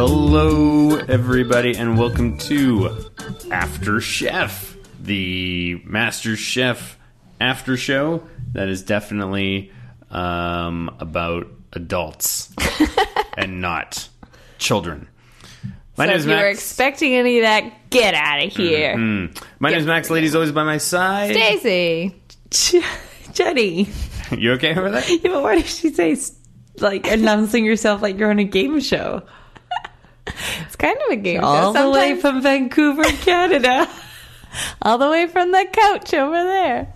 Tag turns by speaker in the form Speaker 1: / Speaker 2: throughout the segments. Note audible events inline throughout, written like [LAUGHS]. Speaker 1: Hello, everybody, and welcome to After Chef, the Master Chef After Show. That is definitely um, about
Speaker 2: [LAUGHS]
Speaker 1: adults and not children. My
Speaker 2: So
Speaker 1: name
Speaker 2: if
Speaker 1: is
Speaker 2: you were
Speaker 1: Max. Mm-hmm. Mm.
Speaker 2: expecting any of that, get out of here.
Speaker 1: My name is Max. Ladies always by my side.
Speaker 2: Daisy. J- Jenny.
Speaker 1: [LAUGHS] You okay with
Speaker 2: [LAUGHS]
Speaker 1: that?
Speaker 3: Yeah, but why did she say s- like announcing yourself like you're on a game show
Speaker 2: It's kind of a game
Speaker 3: all
Speaker 2: show.
Speaker 3: the way
Speaker 2: sometimes.
Speaker 3: from Vancouver, Canada?
Speaker 2: [LAUGHS] all the way from the couch over there.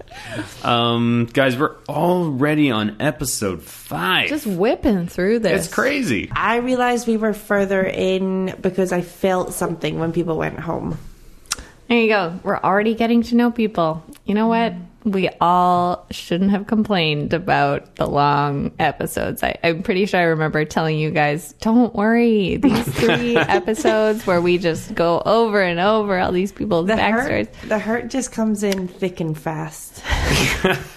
Speaker 1: Um, guys, we're already on episode five.
Speaker 2: Just whipping through this.
Speaker 1: it's crazy.
Speaker 3: I realized we were further in because I felt something when people went home.
Speaker 2: There you go. We're already getting to know people. You know what? We all shouldn't have complained about the long episodes. I, I'm pretty sure I remember telling you guys, don't worry. These [LAUGHS] three episodes where we just go over and over all these people's
Speaker 3: The
Speaker 2: backstories.
Speaker 3: hurt, the hurt just comes in thick and fast,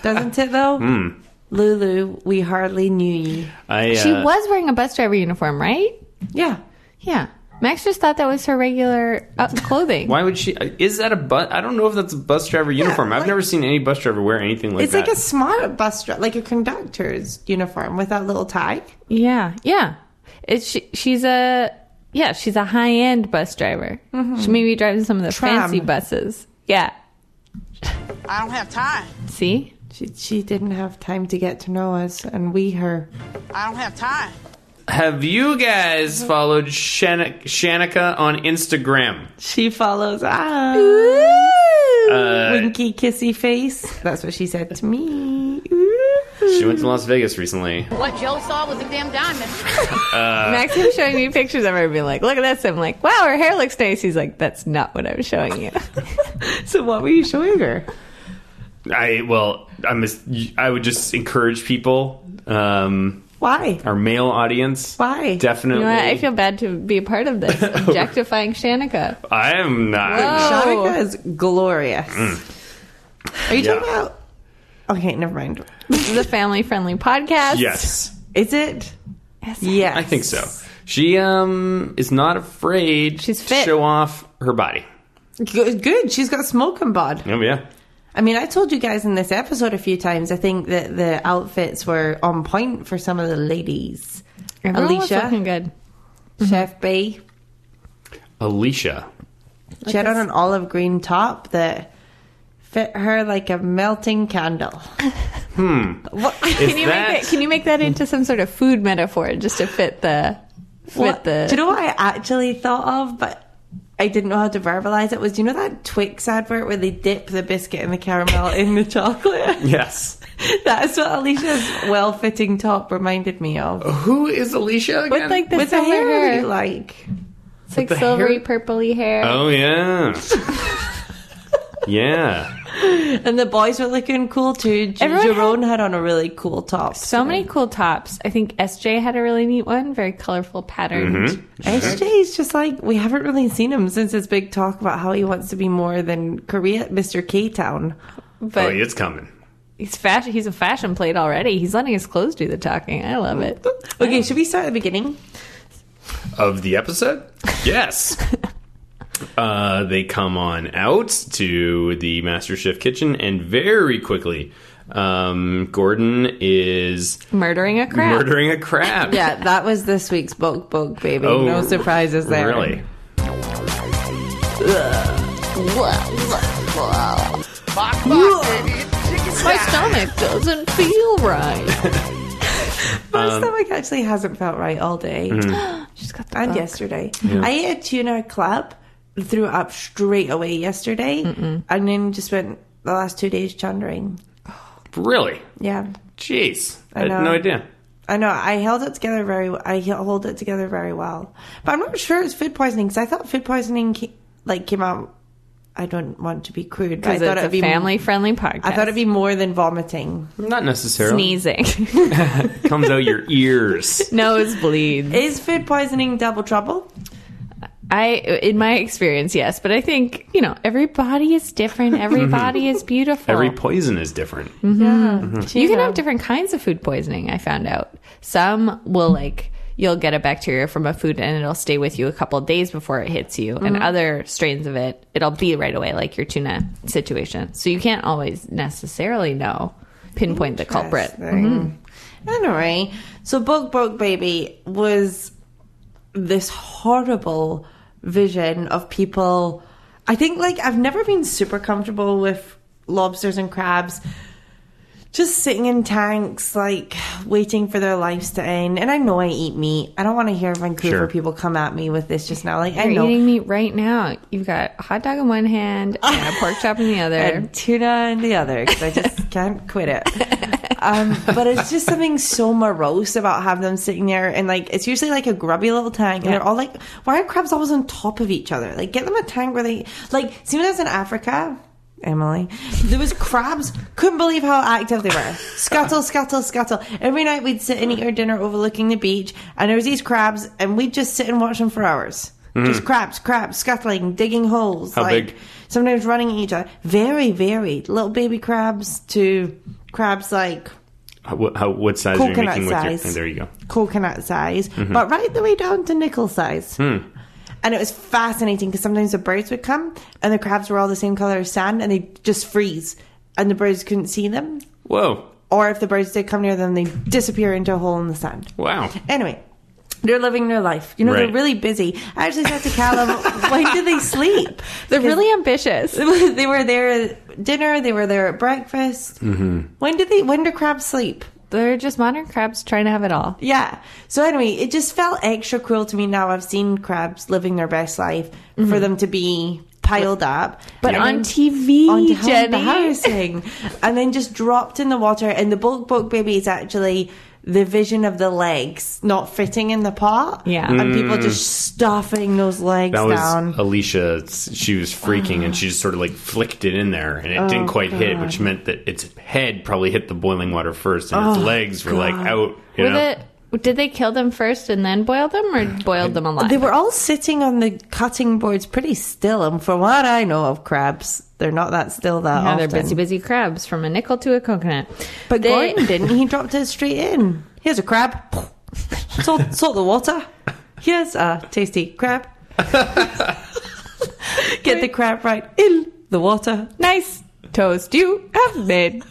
Speaker 3: doesn't it? Though, Lulu, we hardly knew ye.
Speaker 1: I, uh,
Speaker 2: She was wearing a bus driver uniform, right?
Speaker 3: Yeah,
Speaker 2: Yeah. Max just thought that was her regular [LAUGHS] uh, clothing.
Speaker 1: Why would she? Is that a bus? I don't know if that's a bus driver uniform. I've
Speaker 3: like-
Speaker 1: never seen any bus driver wear anything like
Speaker 3: it's
Speaker 1: that.
Speaker 3: like a smart bus, dri- like a conductor's uniform with that little tie.
Speaker 2: Yeah, yeah. It's she, she's a yeah, she's a high end bus driver. She maybe drives some of the
Speaker 3: Tram.
Speaker 2: fancy buses. Yeah.
Speaker 4: I don't have time.
Speaker 2: See,
Speaker 3: She, she didn't have time to get to know us, and we her.
Speaker 4: I don't have time.
Speaker 1: Have you guys
Speaker 2: Mhm.
Speaker 1: followed Shana- Shanika on Instagram?
Speaker 3: She follows us.
Speaker 1: Uh,
Speaker 3: Winky kissy face. That's what she said to me.
Speaker 1: She
Speaker 2: Mm-hmm.
Speaker 1: went to Las Vegas recently.
Speaker 4: What Joe saw was a damn diamond.
Speaker 2: Max keeps showing me pictures of her, and being like, "Look at this." I'm like, "Wow, her hair looks nice." He's like, "That's not what I was showing you."
Speaker 3: So what were you showing her?
Speaker 1: I well, I'm a, I would just encourage people, um,
Speaker 3: Why?
Speaker 1: our male audience.
Speaker 3: Why?
Speaker 1: Definitely.
Speaker 2: You know what? I feel bad to be a part of this objectifying Shanika.
Speaker 1: I am not.
Speaker 2: Whoa.
Speaker 3: Shanika is glorious. Are you
Speaker 1: Mm. Yeah.
Speaker 3: talking about? Okay, never mind.
Speaker 2: This is a family friendly podcast.
Speaker 1: Yes,
Speaker 3: Is it?
Speaker 2: Yes.
Speaker 3: Yes.
Speaker 1: I think so. She um is not afraid
Speaker 2: She's
Speaker 1: to
Speaker 2: fit.
Speaker 1: show off her body.
Speaker 3: Good. good. She's got smoke and bod.
Speaker 1: Oh yeah.
Speaker 3: I mean, I told you guys in this episode a few times. I think that the outfits were on point for some of the ladies.
Speaker 2: Everyone was
Speaker 3: Alicia?
Speaker 2: looking Mm-hmm. good.
Speaker 3: Chef B,
Speaker 1: Alicia.
Speaker 3: she had on an olive green top that fit her like a melting candle.
Speaker 1: Is
Speaker 2: [LAUGHS] Can you
Speaker 1: that
Speaker 2: make that? Can you make that into some sort of food metaphor just to fit the fit
Speaker 3: Well,
Speaker 2: the?
Speaker 3: do you know what I actually thought of, but I didn't know how to verbalize it? Was do you know that Twix advert where they dip the biscuit and the caramel in the chocolate? [LAUGHS]
Speaker 1: yes.
Speaker 3: That's what Alicia's well-fitting top reminded me of.
Speaker 1: Who is Alicia again?
Speaker 2: with like the
Speaker 3: With the
Speaker 2: silver
Speaker 3: hair,
Speaker 2: hair,
Speaker 3: you like
Speaker 2: it's like
Speaker 1: the
Speaker 2: silvery
Speaker 1: hair?
Speaker 2: purpley hair.
Speaker 1: Oh
Speaker 3: [LAUGHS]
Speaker 1: yeah. yeah.
Speaker 3: and the boys were looking cool too. J-
Speaker 2: Everyone had-
Speaker 3: Jerome had-, on a really cool top.
Speaker 2: So many cool tops. I think SJ had a really neat one, very colorful patterned.
Speaker 3: Mm-hmm. SJ's just like we haven't really seen him since his big talk about how he wants to be more than Korea, Mr. K Town.
Speaker 1: Oh,
Speaker 2: But
Speaker 1: it's coming.
Speaker 2: he's fashion. He's a fashion plate already. He's letting his clothes do the talking. I love it.
Speaker 3: Okay, should we start at the beginning?
Speaker 1: Of the episode?
Speaker 3: [LAUGHS]
Speaker 1: Yes. uh, they come on out to the Master Chef kitchen and very quickly, um, Gordon is
Speaker 2: Murdering a crab.
Speaker 1: murdering a crab.
Speaker 3: Yeah, that was this week's Boke Boke, baby.
Speaker 1: Oh,
Speaker 3: no surprises there.
Speaker 1: Really?
Speaker 4: Box, box, baby. Chicken
Speaker 2: My
Speaker 4: salad.
Speaker 2: stomach doesn't feel right.
Speaker 3: My stomach actually hasn't felt right all day [GASPS]
Speaker 2: She's got the
Speaker 3: and
Speaker 2: bug.
Speaker 3: yesterday. I ate a tuna club, threw up straight away yesterday, and then just went the last two days chundering.
Speaker 1: Really?
Speaker 3: Yeah,
Speaker 1: Jeez. I,
Speaker 3: I
Speaker 1: had
Speaker 3: know.
Speaker 1: no idea.
Speaker 3: I know. I held it together very. w- I he- hold it together very well, but I'm not sure it's food poisoning because I thought food poisoning ca- like came out. I don't want to be crude, but I
Speaker 2: Because
Speaker 3: thought
Speaker 2: it's a
Speaker 3: it'd be
Speaker 2: family-friendly podcast.
Speaker 3: I thought it'd be more than vomiting.
Speaker 1: Not necessarily.
Speaker 2: sneezing,
Speaker 1: [LAUGHS]
Speaker 3: [LAUGHS]
Speaker 1: Comes out your ears.
Speaker 3: Oh.
Speaker 2: nosebleeds.
Speaker 3: Is food poisoning double trouble?
Speaker 2: I, in my experience, yes, but I think you know every body is different. Every body is beautiful.
Speaker 1: Every poison is different.
Speaker 3: Yeah,
Speaker 2: you can have different kinds of food poisoning. I found out some will like you'll get a bacteria from a food and it'll stay with you a couple of days before it hits you.
Speaker 3: Mm-hmm.
Speaker 2: And other strains of it, it'll be right away, like your tuna situation. So you can't always necessarily know, pinpoint the culprit.
Speaker 3: Interesting. Mm-hmm. Anyway, so Bug Bug Baby was this horrible vision of people. I think, like, I've never been super comfortable with lobsters and crabs just sitting in tanks, like, waiting for their lives to end. And I know I eat meat. I don't want to hear Vancouver
Speaker 1: Sure.
Speaker 3: people come at me with this just now. Like, I
Speaker 2: You're
Speaker 3: know.
Speaker 2: eating meat right now. You've got a hot dog in one hand and a pork chop
Speaker 3: [LAUGHS]
Speaker 2: in the other.
Speaker 3: and tuna in the other because I just can't quit it. Um, but it's just something so morose about having them sitting there and like it's usually like a grubby little tank and they're all like, why are crabs always on top of each other? Like get them a tank where they like. See when I was in Africa. Emily, there was crabs. Couldn't believe how active they were. Scuttle, scuttle, scuttle. Every night we'd sit and eat our dinner overlooking the beach, and there was these crabs, and we'd just sit and watch them for hours. Just crabs, crabs, scuttling, digging holes.
Speaker 1: How
Speaker 3: like,
Speaker 1: big?
Speaker 3: sometimes running at each other. Very varied. Little baby crabs to crabs like
Speaker 1: How, what- how, what size are you
Speaker 3: Coconut
Speaker 1: making with your? Oh,
Speaker 3: size.
Speaker 1: There you go.
Speaker 3: coconut size,
Speaker 1: Mm-hmm.
Speaker 3: but right the way down to nickel size.
Speaker 1: Hmm.
Speaker 3: And it was fascinating because sometimes the birds would come and the crabs were all the same color as sand and they'd just freeze and the birds couldn't see them.
Speaker 1: Whoa!
Speaker 3: Or if the birds did come near them, they'd disappear into a hole in the sand.
Speaker 1: Wow!
Speaker 3: Anyway, they're living their life. You know,
Speaker 1: Right.
Speaker 3: they're really busy. I actually said to Callum, [LAUGHS] when do they sleep?
Speaker 2: They're really ambitious.
Speaker 3: [LAUGHS] they were there at dinner. They were there at breakfast.
Speaker 1: Mm-hmm.
Speaker 3: When do they? When do crabs sleep?
Speaker 2: They're just modern crabs trying to have it all.
Speaker 3: Yeah. So anyway, it just felt extra cruel to me. Now I've seen crabs living their best life for them to be piled up,
Speaker 2: Mm-hmm.
Speaker 3: [LAUGHS]
Speaker 2: But
Speaker 3: and
Speaker 2: on
Speaker 3: then-
Speaker 2: TV,
Speaker 3: on how
Speaker 2: Jenny. [LAUGHS]
Speaker 3: embarrassing, and then just dropped in the water. And the bulk book baby is actually the vision of the legs not fitting in the pot.
Speaker 2: Yeah.
Speaker 3: and people just stuffing those legs
Speaker 1: Mm. That was
Speaker 3: down.
Speaker 1: Alicia. S- She was freaking, and she just sort of like flicked it in there, and it didn't quite hit, which meant that its head probably hit the boiling water first, and its legs were like out. You
Speaker 2: Were
Speaker 1: know?
Speaker 2: the- did they kill them first and then boil them, or boiled them alive?
Speaker 3: They were all sitting on the cutting boards pretty still, and from what I know of crabs, they're not that still that
Speaker 2: Yeah,
Speaker 3: often.
Speaker 2: they're busy, busy crabs from a nickel to a coconut.
Speaker 3: But
Speaker 2: They-
Speaker 3: Gordon didn't. He dropped it straight in. Here's a crab. [LAUGHS] salt, salt the water. Here's a tasty
Speaker 2: [LAUGHS]
Speaker 3: crab. Get the crab right in the water.
Speaker 2: nice toast you have made.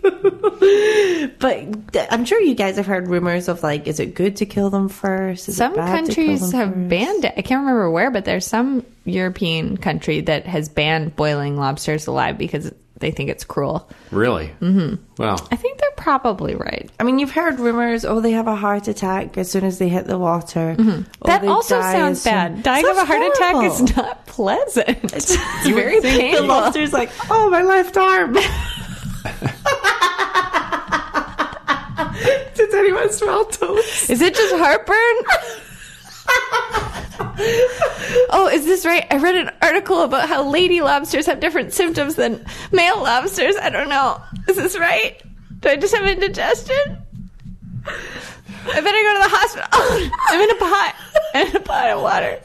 Speaker 3: But th- I'm sure you guys have heard rumors of like, is it good to kill them first? Is it
Speaker 2: Some
Speaker 3: bad to kill
Speaker 2: countries
Speaker 3: them
Speaker 2: have
Speaker 3: first?
Speaker 2: banned it. I can't remember where, but there's some European country that has banned boiling lobsters alive because they think it's cruel.
Speaker 1: really? Mm-hmm. Wow!
Speaker 2: I think they're probably right.
Speaker 3: I mean, you've heard rumors. Oh, they have a heart attack as soon as they hit the water. Oh,
Speaker 2: Mm-hmm. that
Speaker 3: they
Speaker 2: also
Speaker 3: die
Speaker 2: sounds
Speaker 3: as soon-
Speaker 2: bad. Dying of a
Speaker 3: Sounds
Speaker 2: heart attack
Speaker 3: horrible.
Speaker 2: is not pleasant. [LAUGHS] It's
Speaker 3: would
Speaker 2: very
Speaker 3: think The
Speaker 2: painful.
Speaker 3: lobster's like, oh, my left arm. [LAUGHS] Does anyone smell toast?
Speaker 2: Is it just heartburn? oh, is this right? I read an article about how lady lobsters have different symptoms than male lobsters. I don't know. Is this right? Do I just have indigestion? I better go to the hospital. [LAUGHS] I'm in a pot. I'm in a pot of water.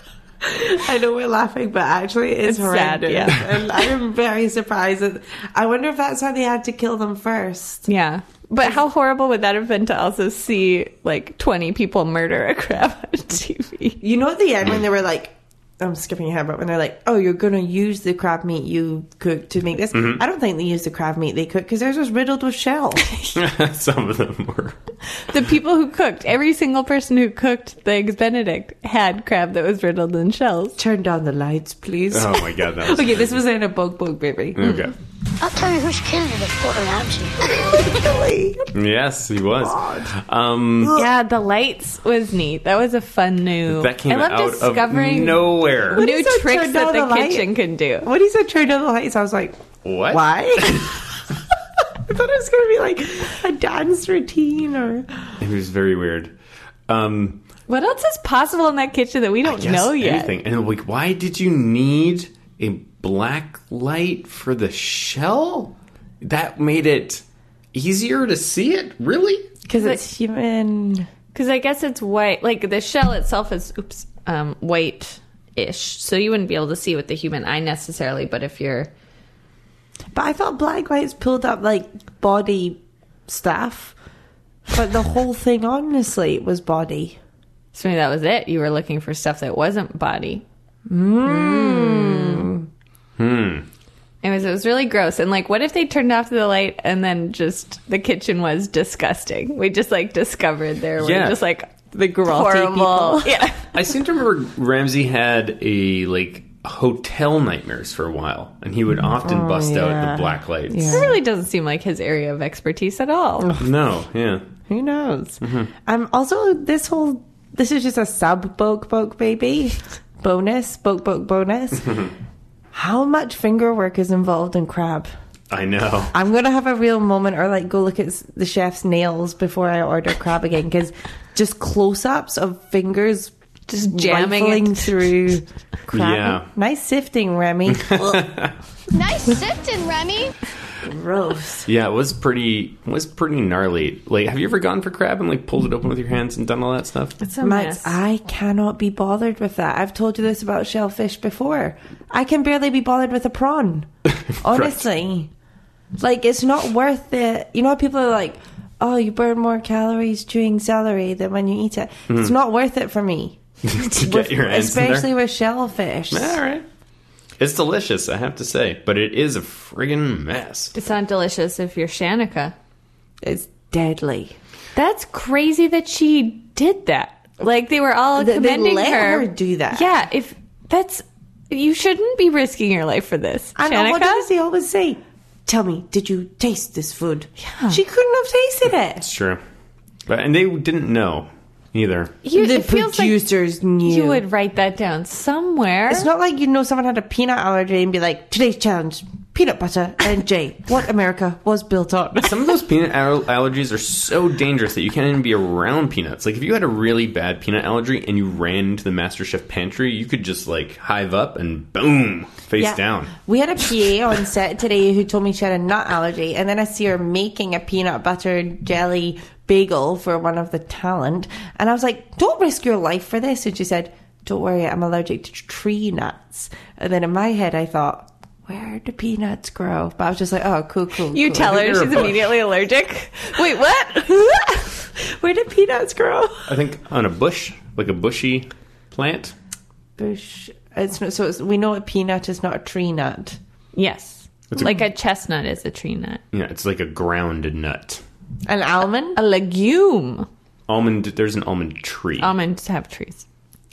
Speaker 3: I know we're laughing, but actually,
Speaker 2: It's
Speaker 3: it's,
Speaker 2: sad,
Speaker 3: horrendous.
Speaker 2: yeah.
Speaker 3: and I am very surprised. That, I wonder if that's why they had to kill them first.
Speaker 2: Yeah. But how horrible would that have been to also see like 20 people murder a crab on TV?
Speaker 3: You know, at the end when they were like. I'm skipping ahead, but when they're like, "Oh, you're gonna use the crab meat you cooked to make this," I don't think they used the crab meat they cooked because theirs was riddled with shell.
Speaker 1: [LAUGHS] Some of them were.
Speaker 2: The people who cooked, every single person who cooked the Eggs Benedict had crab that was riddled in shells.
Speaker 3: Turn down the lights, please.
Speaker 1: Oh my god! That was
Speaker 3: Okay, this was in a bug bug baby.
Speaker 1: okay.
Speaker 5: I'll tell you who's killed it if Gordon helps you.
Speaker 1: Yes, he was. Um,
Speaker 2: Yeah, the lights was neat. That was a fun new.
Speaker 1: that came
Speaker 2: I love
Speaker 1: out
Speaker 2: discovering
Speaker 1: of nowhere.
Speaker 2: new
Speaker 3: is that
Speaker 2: tricks
Speaker 3: turned
Speaker 2: that
Speaker 3: on
Speaker 2: the,
Speaker 3: the light?
Speaker 2: kitchen can do.
Speaker 3: When he said turn down the lights, I was like, [LAUGHS]
Speaker 1: What?
Speaker 3: why? I thought it was going to be like a dance routine or.
Speaker 1: [LAUGHS] It was very weird. Um,
Speaker 2: What else is possible in that kitchen that we don't
Speaker 1: Yes,
Speaker 2: know yet?
Speaker 1: anything. And like, why did you need a black light for the shell? That made it easier to see it. Really?
Speaker 3: Because it's human.
Speaker 2: Because I guess it's white. Like the shell itself is, oops, um, white ish. So you wouldn't be able to see with the human eye necessarily. But if you're
Speaker 3: But I thought black lights pulled up like body stuff. But the whole thing, honestly, was body.
Speaker 2: So maybe that was it. You were looking for stuff that wasn't body. Hmm. Hmm. Anyways, it was really gross. And like, what if they turned off the light and then just the kitchen was disgusting? We just like discovered there were
Speaker 1: Yeah.
Speaker 2: just like
Speaker 3: The grotty
Speaker 2: horrible. [LAUGHS]
Speaker 3: [LAUGHS]
Speaker 2: Yeah.
Speaker 1: I seem to remember Ramsey had a like hotel nightmares for a while, and he would often bust out
Speaker 3: yeah.
Speaker 1: the black lights.
Speaker 2: It really doesn't seem like his area of expertise at all.
Speaker 1: No, yeah.
Speaker 3: Who knows? Um. Also, this whole this is just a sub boke boke baby bonus boke boke [LAUGHS] bonus. How much finger work is involved in crab?
Speaker 1: I know.
Speaker 3: I'm gonna have a real moment, or like go look at s- the chef's nails before I order crab again, because just close-ups of fingers
Speaker 2: Just jamming
Speaker 3: rifling
Speaker 2: it. [LAUGHS]
Speaker 3: through crab.
Speaker 1: Yeah.
Speaker 3: Nice sifting, Remy.
Speaker 6: Nice sifting, Remy.
Speaker 3: Gross.
Speaker 1: Yeah, it was pretty was pretty gnarly. Like, have you ever gone for crab and like pulled it open with your hands and done all that stuff?
Speaker 2: It's a
Speaker 3: Max,
Speaker 2: mess.
Speaker 3: I cannot be bothered with that. I've told you this about shellfish before. I can barely be bothered with
Speaker 1: [LAUGHS]
Speaker 3: a prawn. Honestly. Like it's not worth it. You know how people are like, Oh, you burn more calories chewing celery than when you eat it. It's not worth it for me.
Speaker 1: Hmm. [LAUGHS] to get your hands in there?
Speaker 3: especially with shellfish.
Speaker 1: All right. It's delicious, I have to say, but it is a friggin' mess.
Speaker 2: It's not delicious if you're Shanika.
Speaker 3: It's deadly.
Speaker 2: That's crazy that she did that. Like they were all
Speaker 3: Th- they
Speaker 2: commending
Speaker 3: let
Speaker 2: her.
Speaker 3: her do that.
Speaker 2: Yeah, if that's you shouldn't be risking your life for this.
Speaker 3: And uh, what does
Speaker 2: Shanika?
Speaker 3: he always say? Tell me, did you taste this food? Yeah. She couldn't have tasted it.
Speaker 1: It's true. But and they didn't know either.
Speaker 2: You,
Speaker 3: the
Speaker 2: it feels like
Speaker 3: producers knew.
Speaker 2: you would write that down somewhere.
Speaker 3: It's not like you know someone had a peanut allergy and be like, today's challenge, peanut butter and Jay. What America was
Speaker 2: [LAUGHS]
Speaker 3: built on.
Speaker 1: Some of those peanut al- allergies are so dangerous that you can't even be around peanuts. Like if you had a really bad peanut allergy and you ran into the Master Chef pantry, you could just like hive up and boom, face
Speaker 3: Yeah.
Speaker 1: down.
Speaker 3: We had a PA on set today who told me she had a nut allergy, and then I see her making a peanut butter jelly bagel for one of the talent, and I was like, "Don't risk your life for this." And she said, "Don't worry, I'm allergic to tree nuts." And then in my head, I thought, "Where do peanuts grow?" But I was just like, "Oh, cool, cool."
Speaker 2: you
Speaker 3: cool.
Speaker 2: tell her she's
Speaker 1: Terrible.
Speaker 2: immediately allergic. Wait, what?
Speaker 3: [LAUGHS] Where do peanuts grow?
Speaker 1: I think on a bush, like a bushy plant.
Speaker 3: Bush. It's not, so it's, we know a peanut is not a tree nut.
Speaker 2: yes. like a chestnut is a tree nut.
Speaker 1: Yeah, it's like a ground nut.
Speaker 3: An almond.
Speaker 2: A legume.
Speaker 1: Almond there's an almond tree.
Speaker 2: Almonds have trees.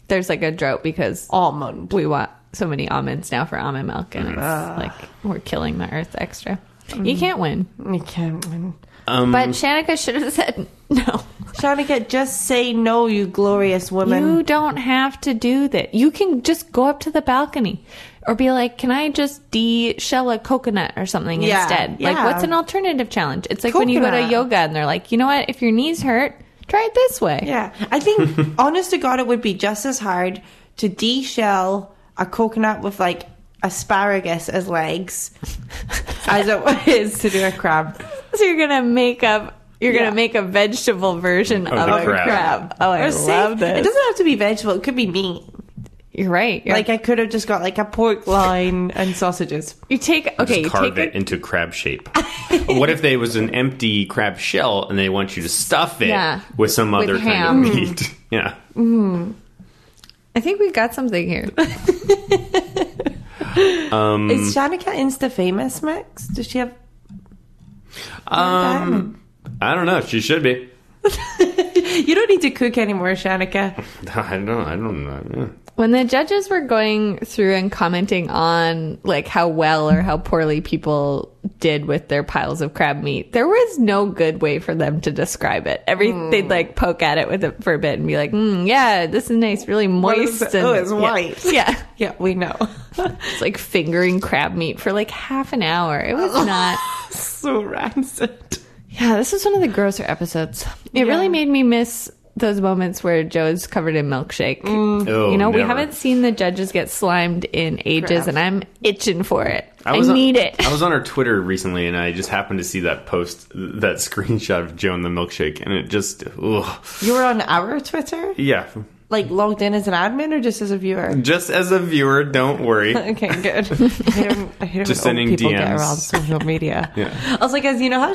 Speaker 2: There's like a drought because
Speaker 3: Almond.
Speaker 2: we want so many almonds now for almond milk, and it's like we're killing the earth extra.
Speaker 3: Mm.
Speaker 2: You can't win.
Speaker 3: You can't win.
Speaker 2: But Shanika should have said no.
Speaker 3: Shanika, just say no, you glorious woman.
Speaker 2: You don't have to do that. You can just go up to the balcony or be like, can I just de-shell a coconut or something
Speaker 3: Yeah,
Speaker 2: instead? Like,
Speaker 3: yeah.
Speaker 2: what's an alternative challenge? It's like when you go to
Speaker 3: Coconut.
Speaker 2: yoga and they're like, you know what? If your knees hurt, try it this way.
Speaker 3: Yeah, I [LAUGHS] think, honest to God, it would be just as hard to de-shell a coconut with like asparagus as [LAUGHS] legs as it is to do a crab.
Speaker 2: [LAUGHS] So you're going to make up... You're
Speaker 3: Yeah.
Speaker 2: gonna make a vegetable version of,
Speaker 1: the
Speaker 2: a crab.
Speaker 1: crab.
Speaker 2: Oh, I
Speaker 3: Or say-
Speaker 2: love
Speaker 3: It
Speaker 2: this.
Speaker 3: doesn't have to be vegetable; it could be meat.
Speaker 2: You're right. You're
Speaker 3: Like I could have just got like a pork line and sausages.
Speaker 2: You take okay. You
Speaker 1: Just carve
Speaker 2: take
Speaker 1: it
Speaker 2: a,
Speaker 1: into crab shape.
Speaker 2: [LAUGHS]
Speaker 1: what if they was an empty crab shell and they want you to stuff it
Speaker 2: Yeah.
Speaker 1: with some
Speaker 2: With
Speaker 1: other
Speaker 2: ham.
Speaker 1: kind of meat? [LAUGHS] Yeah.
Speaker 2: I think we got something here.
Speaker 3: Is Shanika Insta famous, Max? Does she have?
Speaker 1: Um, I don't know. She should be.
Speaker 3: You don't need to cook anymore, Shanika.
Speaker 1: [LAUGHS] I don't. I don't know.
Speaker 2: when the judges were going through and commenting on like how well or how poorly people did with their piles of crab meat, there was no good way for them to describe it. Every
Speaker 3: Hmm.
Speaker 2: they'd like poke at it with it for a bit and be like, mm, "Yeah, this is nice, really moist."
Speaker 3: is it?
Speaker 2: and,
Speaker 3: Oh, it's
Speaker 2: yeah. [LAUGHS]
Speaker 3: white.
Speaker 2: Yeah,
Speaker 3: Yeah, we know. [LAUGHS]
Speaker 2: it's like fingering crab meat for like half an hour. It
Speaker 3: [LAUGHS]
Speaker 2: was not.
Speaker 3: so rancid.
Speaker 2: Yeah, this is one of the grosser episodes. It really made me miss those moments where Joe's covered in milkshake.
Speaker 3: Mm.
Speaker 1: Oh,
Speaker 2: you know, we
Speaker 1: never.
Speaker 2: haven't seen the judges get slimed in ages,
Speaker 3: Crap.
Speaker 2: and I'm itching for it. I,
Speaker 1: was on-
Speaker 2: need it.
Speaker 1: I was on her Twitter recently, and I just happened to see that post, that [LAUGHS] screenshot of Joan the milkshake, and it just, ugh.
Speaker 3: You were on our Twitter.
Speaker 1: yeah.
Speaker 3: like logged in as an admin or just as a viewer?
Speaker 1: Just as a viewer, don't worry.
Speaker 3: [LAUGHS] Okay, good. [LAUGHS] I hate when- I hate
Speaker 1: Just
Speaker 3: when old
Speaker 1: sending
Speaker 3: people get
Speaker 1: DMs.
Speaker 3: around social media.
Speaker 1: [LAUGHS] Yeah.
Speaker 3: I was like, guys, you know how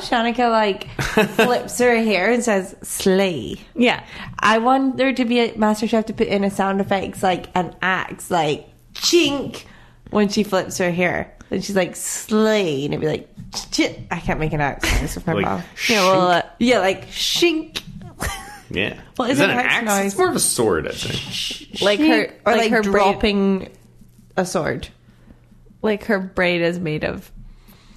Speaker 1: [LAUGHS]
Speaker 3: Shanika like flips her hair and says "slay."
Speaker 2: Yeah.
Speaker 3: I want there to be a master chef to put in a sound effects like an axe, like chink, when she flips her hair. Then she's like slay, and it'd be like chit. I can't make an axe noise with my
Speaker 1: Like,
Speaker 3: mouth. Yeah, well, uh, yeah, like shink.
Speaker 1: Yeah.
Speaker 3: Well,
Speaker 1: is
Speaker 3: isn't
Speaker 1: that an
Speaker 3: axe
Speaker 1: axe?
Speaker 3: noise-
Speaker 1: It's more of a sword, I think.
Speaker 2: Like her-
Speaker 3: or
Speaker 2: like
Speaker 3: like,
Speaker 2: her braid-
Speaker 3: dropping a sword.
Speaker 2: Like her braid is made of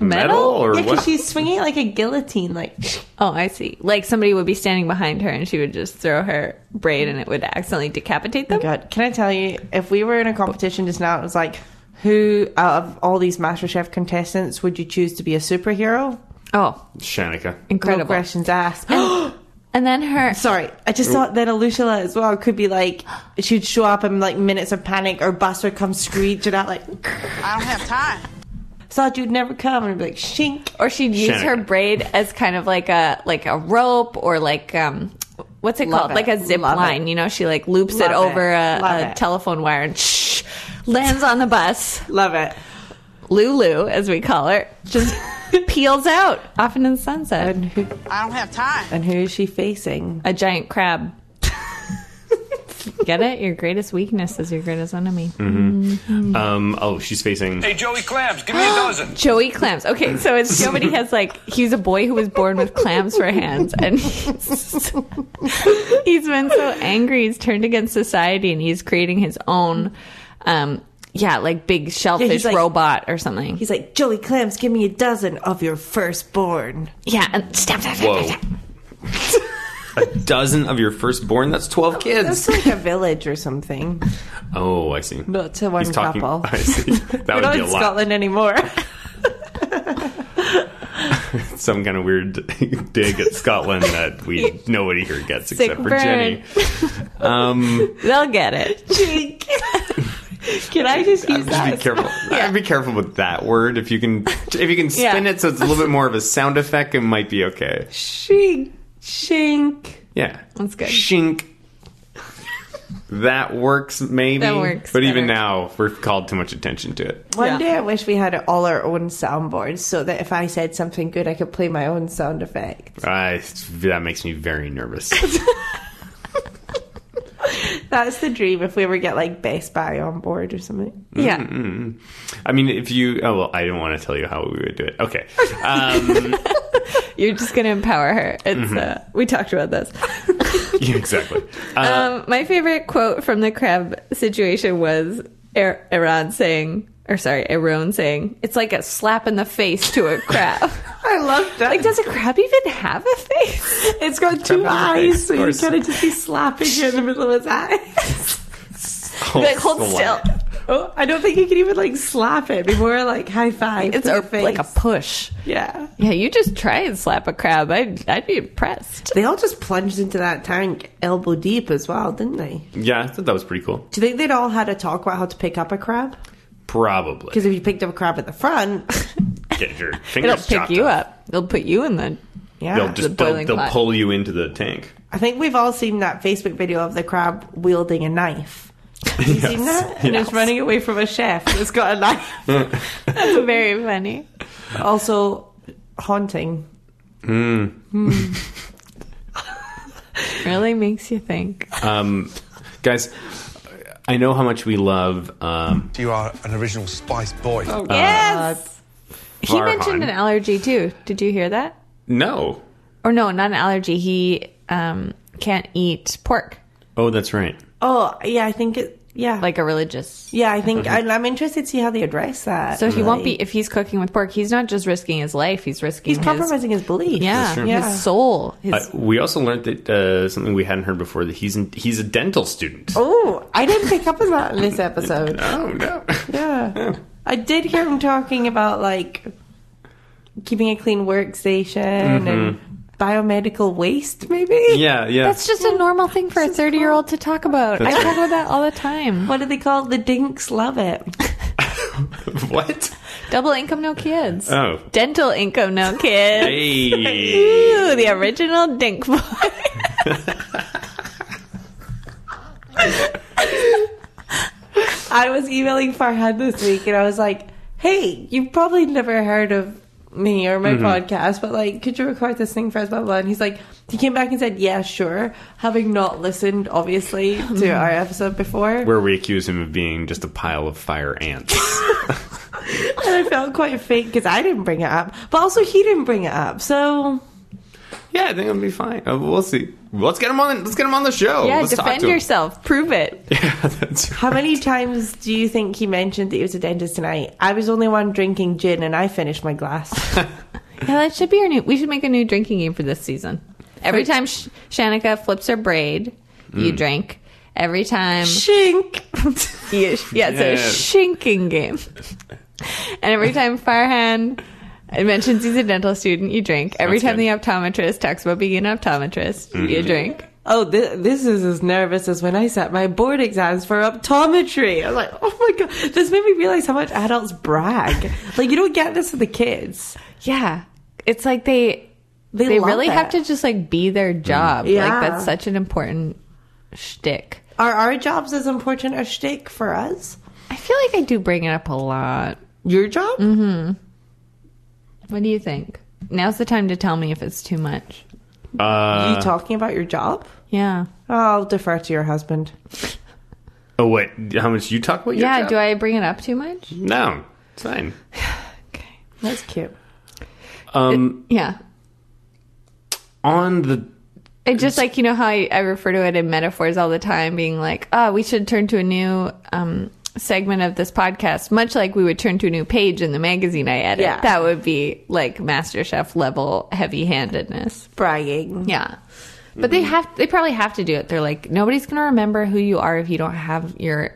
Speaker 1: Metal, or
Speaker 3: yeah,
Speaker 1: what?
Speaker 3: because she's swinging it like a guillotine, like
Speaker 2: Oh, I see. Like somebody would be standing behind her and she would just throw her braid and it would accidentally decapitate them.
Speaker 3: God, can I tell you, if we were in a competition just now, it was like, who out of all these MasterChef contestants would you choose to be a superhero?
Speaker 2: Oh,
Speaker 1: Shanika.
Speaker 3: No
Speaker 2: incredible.
Speaker 3: questions asked. [GASPS] And-
Speaker 2: And then her
Speaker 3: sorry, I just thought that Alushila as well could be like, she'd show up in like minutes of panic or Buster comes screeching out like,
Speaker 4: I don't have time.
Speaker 3: thought you'd never come. And I'd be like, shink.
Speaker 2: or she'd use
Speaker 1: Shannon.
Speaker 2: her braid as kind of like a like a rope or like um what's it
Speaker 3: Love
Speaker 2: called
Speaker 3: it.
Speaker 2: like a zip
Speaker 3: Love it.
Speaker 2: line you know she like loops
Speaker 3: Love
Speaker 2: it
Speaker 3: it.
Speaker 2: over
Speaker 3: Love
Speaker 2: a, a
Speaker 3: it.
Speaker 2: telephone wire and shh, lands on the bus
Speaker 3: Love it.
Speaker 2: lulu as we call her
Speaker 3: [LAUGHS]
Speaker 2: just peels out off into the sunset
Speaker 3: And who,
Speaker 4: I don't have time.
Speaker 3: and who is she facing?
Speaker 2: a giant
Speaker 3: [LAUGHS]
Speaker 2: crab get it your greatest weakness is your greatest enemy
Speaker 1: Um, oh, she's facing.
Speaker 7: Hey, Joey Clams, give me a dozen.
Speaker 2: Joey clams. Okay, so it's somebody has like he's a boy who was born with clams for hands, and he's, [LAUGHS] he's been so angry he's turned against society, and he's creating his own, um, yeah, like big shellfish
Speaker 3: like-
Speaker 2: robot or something.
Speaker 3: He's like, Joey Clams, give me a dozen of your firstborn.
Speaker 2: yeah, and stab, stab, stab,
Speaker 1: Whoa.
Speaker 2: stab, stab.
Speaker 1: [LAUGHS] a dozen of your firstborn? That's 12
Speaker 3: That's
Speaker 1: kids.
Speaker 3: like a village or something.
Speaker 1: Oh, I see.
Speaker 3: Not to one
Speaker 1: He's talking.
Speaker 3: couple.
Speaker 1: [LAUGHS] I
Speaker 3: [LAUGHS]
Speaker 1: see. That
Speaker 3: We're
Speaker 1: would
Speaker 3: not
Speaker 1: be a
Speaker 3: in
Speaker 1: lot. [LAUGHS]
Speaker 3: Scotland anymore.
Speaker 1: Some kind of weird [LAUGHS] dig at Scotland that
Speaker 2: [LAUGHS]
Speaker 1: we nobody here gets except for
Speaker 2: burn.
Speaker 1: Jenny. [LAUGHS] Um,
Speaker 2: They'll get it.
Speaker 1: [LAUGHS]
Speaker 3: Can I just use
Speaker 1: just
Speaker 3: that?
Speaker 1: be careful. I'd Be careful with that word. If you can, if you can spin
Speaker 2: Yeah.
Speaker 1: it so it's a little bit more of a sound effect, it might be okay.
Speaker 3: Shink. Shink.
Speaker 1: Yeah,
Speaker 2: That's good.
Speaker 1: Shink. That works, maybe.
Speaker 2: That works
Speaker 1: But even
Speaker 2: better.
Speaker 1: now, we're called too much attention to it.
Speaker 3: One
Speaker 2: Yeah.
Speaker 3: day I wish we had all our own soundboards so that if I said something good, I could play my own sound effect.
Speaker 1: I, that makes me very
Speaker 2: [LAUGHS]
Speaker 1: nervous.
Speaker 3: That's the dream if we ever get like Best Buy on board or something.
Speaker 1: Mm.
Speaker 2: Yeah,
Speaker 1: I mean, if you, oh well, I don't want to tell you how we would do it.
Speaker 2: [LAUGHS]
Speaker 1: Okay, um,
Speaker 2: you're just gonna empower her. It's uh, we talked about this.
Speaker 1: yeah, [LAUGHS] exactly.
Speaker 2: [LAUGHS] Um, my favorite quote from the crab situation was Er- Iran saying, or sorry, Iran saying, it's like a slap in the face to a crab.
Speaker 3: I love that. [LAUGHS]
Speaker 2: like, does a crab even have a face?
Speaker 3: it's got two
Speaker 1: Crap on the face,
Speaker 3: eyes, so
Speaker 1: of
Speaker 3: you
Speaker 1: course.
Speaker 3: gotta just be slapping it in the middle of his eyes.
Speaker 2: Like, hold still.
Speaker 3: oh, I don't think you can even like slap it. It'd Be more like high five.
Speaker 2: It's
Speaker 3: to
Speaker 2: a,
Speaker 3: the face.
Speaker 2: like a push.
Speaker 3: yeah.
Speaker 2: Yeah, you just try and slap a crab. I'd, I'd be impressed.
Speaker 3: They all just plunged into that tank elbow deep as well, didn't they?
Speaker 1: Yeah, I thought that was pretty cool.
Speaker 3: Do you think they'd all had a talk about how to pick up a crab?
Speaker 1: Probably
Speaker 3: Because if you picked up a crab at the front, [LAUGHS]
Speaker 1: get
Speaker 2: [LAUGHS]
Speaker 1: your
Speaker 2: It'll
Speaker 1: fingers
Speaker 2: pick
Speaker 1: chopped
Speaker 2: you
Speaker 1: off.
Speaker 2: up. It'll put you in the.
Speaker 3: yeah,
Speaker 1: They'll just
Speaker 2: the
Speaker 1: they'll,
Speaker 2: boiling
Speaker 1: they'll
Speaker 2: pot.
Speaker 1: pull you into the tank.
Speaker 3: I think we've all seen that Facebook video of the crab wielding a knife. Have you seen that? And it's running away from a chef that's got a knife.
Speaker 2: [LAUGHS] That's very funny.
Speaker 3: also haunting.
Speaker 2: Really makes you think.
Speaker 1: Um, guys, I know how much we love. Um,
Speaker 8: You are an original Spice Boy.
Speaker 2: Oh. yes! he
Speaker 1: Farhan.
Speaker 2: mentioned an allergy too. Did you hear that?
Speaker 1: no,
Speaker 2: or no, not an allergy. He um, can't eat pork
Speaker 1: oh, that's right.
Speaker 3: Oh, yeah, I think it, yeah.
Speaker 2: like a religious.
Speaker 3: yeah, I think, and I'm interested to see how they address that.
Speaker 2: So he won't
Speaker 3: Like,
Speaker 2: be if he's cooking with pork. He's not just risking his life; he's risking
Speaker 3: He's
Speaker 2: his,
Speaker 3: compromising his belief.
Speaker 2: Yeah,
Speaker 1: true.
Speaker 3: Yeah.
Speaker 2: his soul. His,
Speaker 1: Uh, we also learned that uh, something we hadn't heard before that he's in, he's a dental student. [LAUGHS] Oh
Speaker 3: Oh, I didn't pick up on that in this
Speaker 1: [LAUGHS]
Speaker 3: episode.
Speaker 1: no, [LAUGHS]
Speaker 3: Yeah. I did hear him talking about like keeping a clean workstation and biomedical waste, maybe?
Speaker 1: yeah, yeah. [LAUGHS]
Speaker 2: that's just a normal thing for a thirty-year-old to talk about. I
Speaker 1: That's
Speaker 2: talk about that all the time.
Speaker 3: What do they call it? The dinks
Speaker 2: [LAUGHS]
Speaker 3: love it.
Speaker 1: what?
Speaker 2: Double income, no kids.
Speaker 1: Oh,
Speaker 2: Dental income, no kids.
Speaker 1: hey. [LAUGHS]
Speaker 2: Ooh, the original Dink Boy.
Speaker 3: I was emailing Farhad this week and I was like, hey, you've probably never heard of me or my podcast, but like, could you record this thing for us? Blah, blah. And he's like, he came back and said, yeah, sure. Having not listened, obviously, to our episode before.
Speaker 1: Where we accuse him of being just a pile of fire
Speaker 2: [LAUGHS]
Speaker 1: ants.
Speaker 3: and I felt quite fake because I didn't bring it up, but also he didn't bring it up. So
Speaker 1: yeah, I think it'll be fine. Uh, we'll see. Let's get him on. Let's get him on the show.
Speaker 2: yeah,
Speaker 1: let's
Speaker 2: defend yourself. Prove it.
Speaker 1: [LAUGHS] Yeah, that's
Speaker 3: how many times do you think he mentioned that he was a dentist tonight? I was the only one drinking gin, and I finished my glass.
Speaker 2: Yeah, that should be our new. We should make a new drinking game for this season. Every
Speaker 3: Right.
Speaker 2: time Sh- Shanika flips her braid,
Speaker 1: Mm.
Speaker 2: you drink. Every time,
Speaker 3: Shink. [LAUGHS]
Speaker 2: you, yeah, it's a
Speaker 1: Yes.
Speaker 2: shinking game. And every time Farhan mentions he's a dental student, you drink. Every
Speaker 1: Sounds
Speaker 2: time
Speaker 1: good. Mm-hmm.
Speaker 2: the optometrist talks about being an optometrist, you drink.
Speaker 3: Oh, thi- this is as nervous as when I sat my board exams for optometry. I was like, oh my god, this made me realize how much adults brag. [LAUGHS] like you don't get this with the kids.
Speaker 2: Yeah, it's like they
Speaker 3: They,
Speaker 2: they
Speaker 3: love
Speaker 2: really
Speaker 3: it.
Speaker 2: have to just like be their
Speaker 1: Mm.
Speaker 2: job.
Speaker 3: Yeah.
Speaker 2: Like that's such an important shtick.
Speaker 3: Are our jobs as important as shtick for us?
Speaker 2: I feel like I do bring it up a lot.
Speaker 3: Your job?
Speaker 2: Mm-hmm. What do you think? Now's the time to tell me if it's too much.
Speaker 1: Uh,
Speaker 3: you talking about your job?
Speaker 2: Yeah.
Speaker 3: I'll defer to your husband.
Speaker 1: oh wait, how much you talk about? Oh, Your
Speaker 2: Yeah,
Speaker 1: job?
Speaker 2: do I bring it up too much?
Speaker 1: No, it's fine.
Speaker 3: That's cute.
Speaker 1: Um,
Speaker 2: Yeah.
Speaker 1: on the
Speaker 2: It's just like, you know how I, I refer to it in metaphors all the time, being like, oh, we should turn to a new um, segment of this podcast, much like we would turn to a new page in the magazine I edit.
Speaker 3: Yeah.
Speaker 2: That would be like MasterChef level heavy handedness.
Speaker 3: Bragging.
Speaker 2: Yeah. But
Speaker 3: Mm-hmm.
Speaker 2: they have they probably have to do it. They're like nobody's going to remember who you are if you don't have your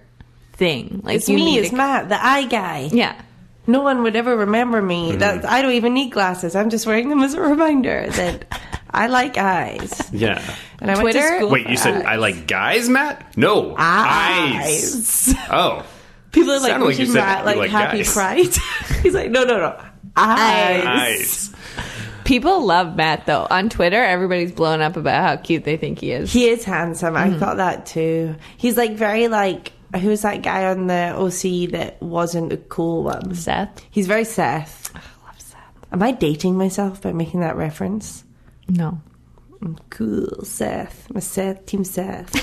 Speaker 2: thing. Like
Speaker 3: It's
Speaker 2: you
Speaker 3: me,
Speaker 2: need
Speaker 3: it's
Speaker 2: a-
Speaker 3: Matt, the eye guy.
Speaker 2: Yeah.
Speaker 3: No one would ever remember me. That
Speaker 2: Mm-hmm.
Speaker 3: I don't even need glasses. I'm just wearing them as a reminder that I like eyes.
Speaker 1: yeah.
Speaker 2: Oh,
Speaker 3: And I went
Speaker 2: Twitter?
Speaker 3: to school.
Speaker 1: Wait,
Speaker 3: for
Speaker 1: you said
Speaker 3: eyes.
Speaker 1: I like guys, Matt? No, eyes.
Speaker 3: eyes.
Speaker 1: Oh,
Speaker 3: People are like,
Speaker 1: Sounded
Speaker 3: we
Speaker 1: like you
Speaker 3: should
Speaker 1: said
Speaker 3: Matt
Speaker 1: you
Speaker 3: like,
Speaker 1: like
Speaker 3: happy
Speaker 1: guys.
Speaker 3: pride. [LAUGHS] He's like, no, no, no. Eyes.
Speaker 1: eyes.
Speaker 2: People love Matt though. On Twitter, everybody's blown up about how cute they think he is.
Speaker 3: He is handsome. I thought that too. He's like very like who's that guy on the OC that wasn't the cool one?
Speaker 2: Seth?
Speaker 3: He's very Seth. I love Seth. Am I dating myself by making that reference?
Speaker 2: No.
Speaker 3: Cool, Seth. My Seth, Team [LAUGHS] Seth.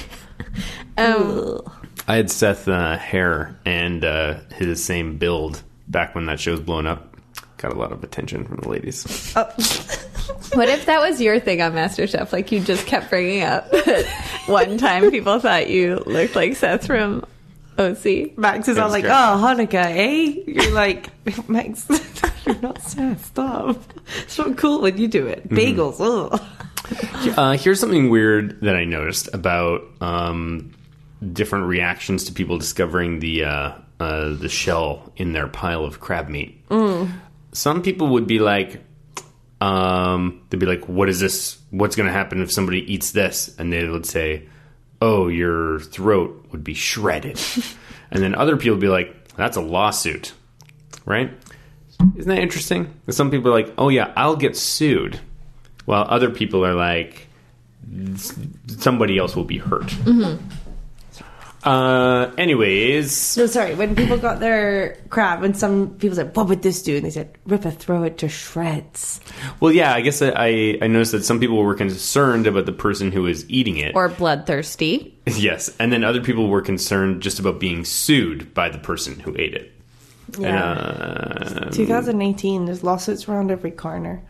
Speaker 3: Um, Cool.
Speaker 1: I had Seth uh, hair and uh, his same build back when that show's blown up. Got a lot of attention from the ladies.
Speaker 3: Oh.
Speaker 2: What if that was your thing on MasterChef? Like you just kept bringing up [LAUGHS] that one time people thought you looked like Seth from OC.
Speaker 3: Max is all
Speaker 1: That's
Speaker 3: like,
Speaker 1: great.
Speaker 3: oh, Hanukkah, eh? You're like, [LAUGHS] Max, you're not Seth. Stop. It's not cool when you do it. Bagels. Ugh.
Speaker 1: Uh, here's something weird that I noticed about um, different reactions to people discovering the uh, uh, the shell in their pile of crab meat. Some people would be like, um, they'd be like, "What is this? What's going to happen if somebody eats this?" And they would say, "Oh, your throat would be shredded." and then other people would be like, "That's a lawsuit, right?" Isn't that interesting? That Some people are like, "Oh yeah, I'll get sued," while other people are like, "S- "Somebody else will be hurt." Uh, anyways,
Speaker 3: No, sorry. When people got their crab, and some people said, "What would this do?" and they said, "Rip it, throw it to shreds."
Speaker 1: well, yeah, I guess I, I I noticed that some people were concerned about the person who is eating it,
Speaker 2: Or bloodthirsty.
Speaker 1: [LAUGHS] Yes, and then other people were concerned just about being sued by the person who ate it. And, uh,
Speaker 3: 2018. There's lawsuits around every corner.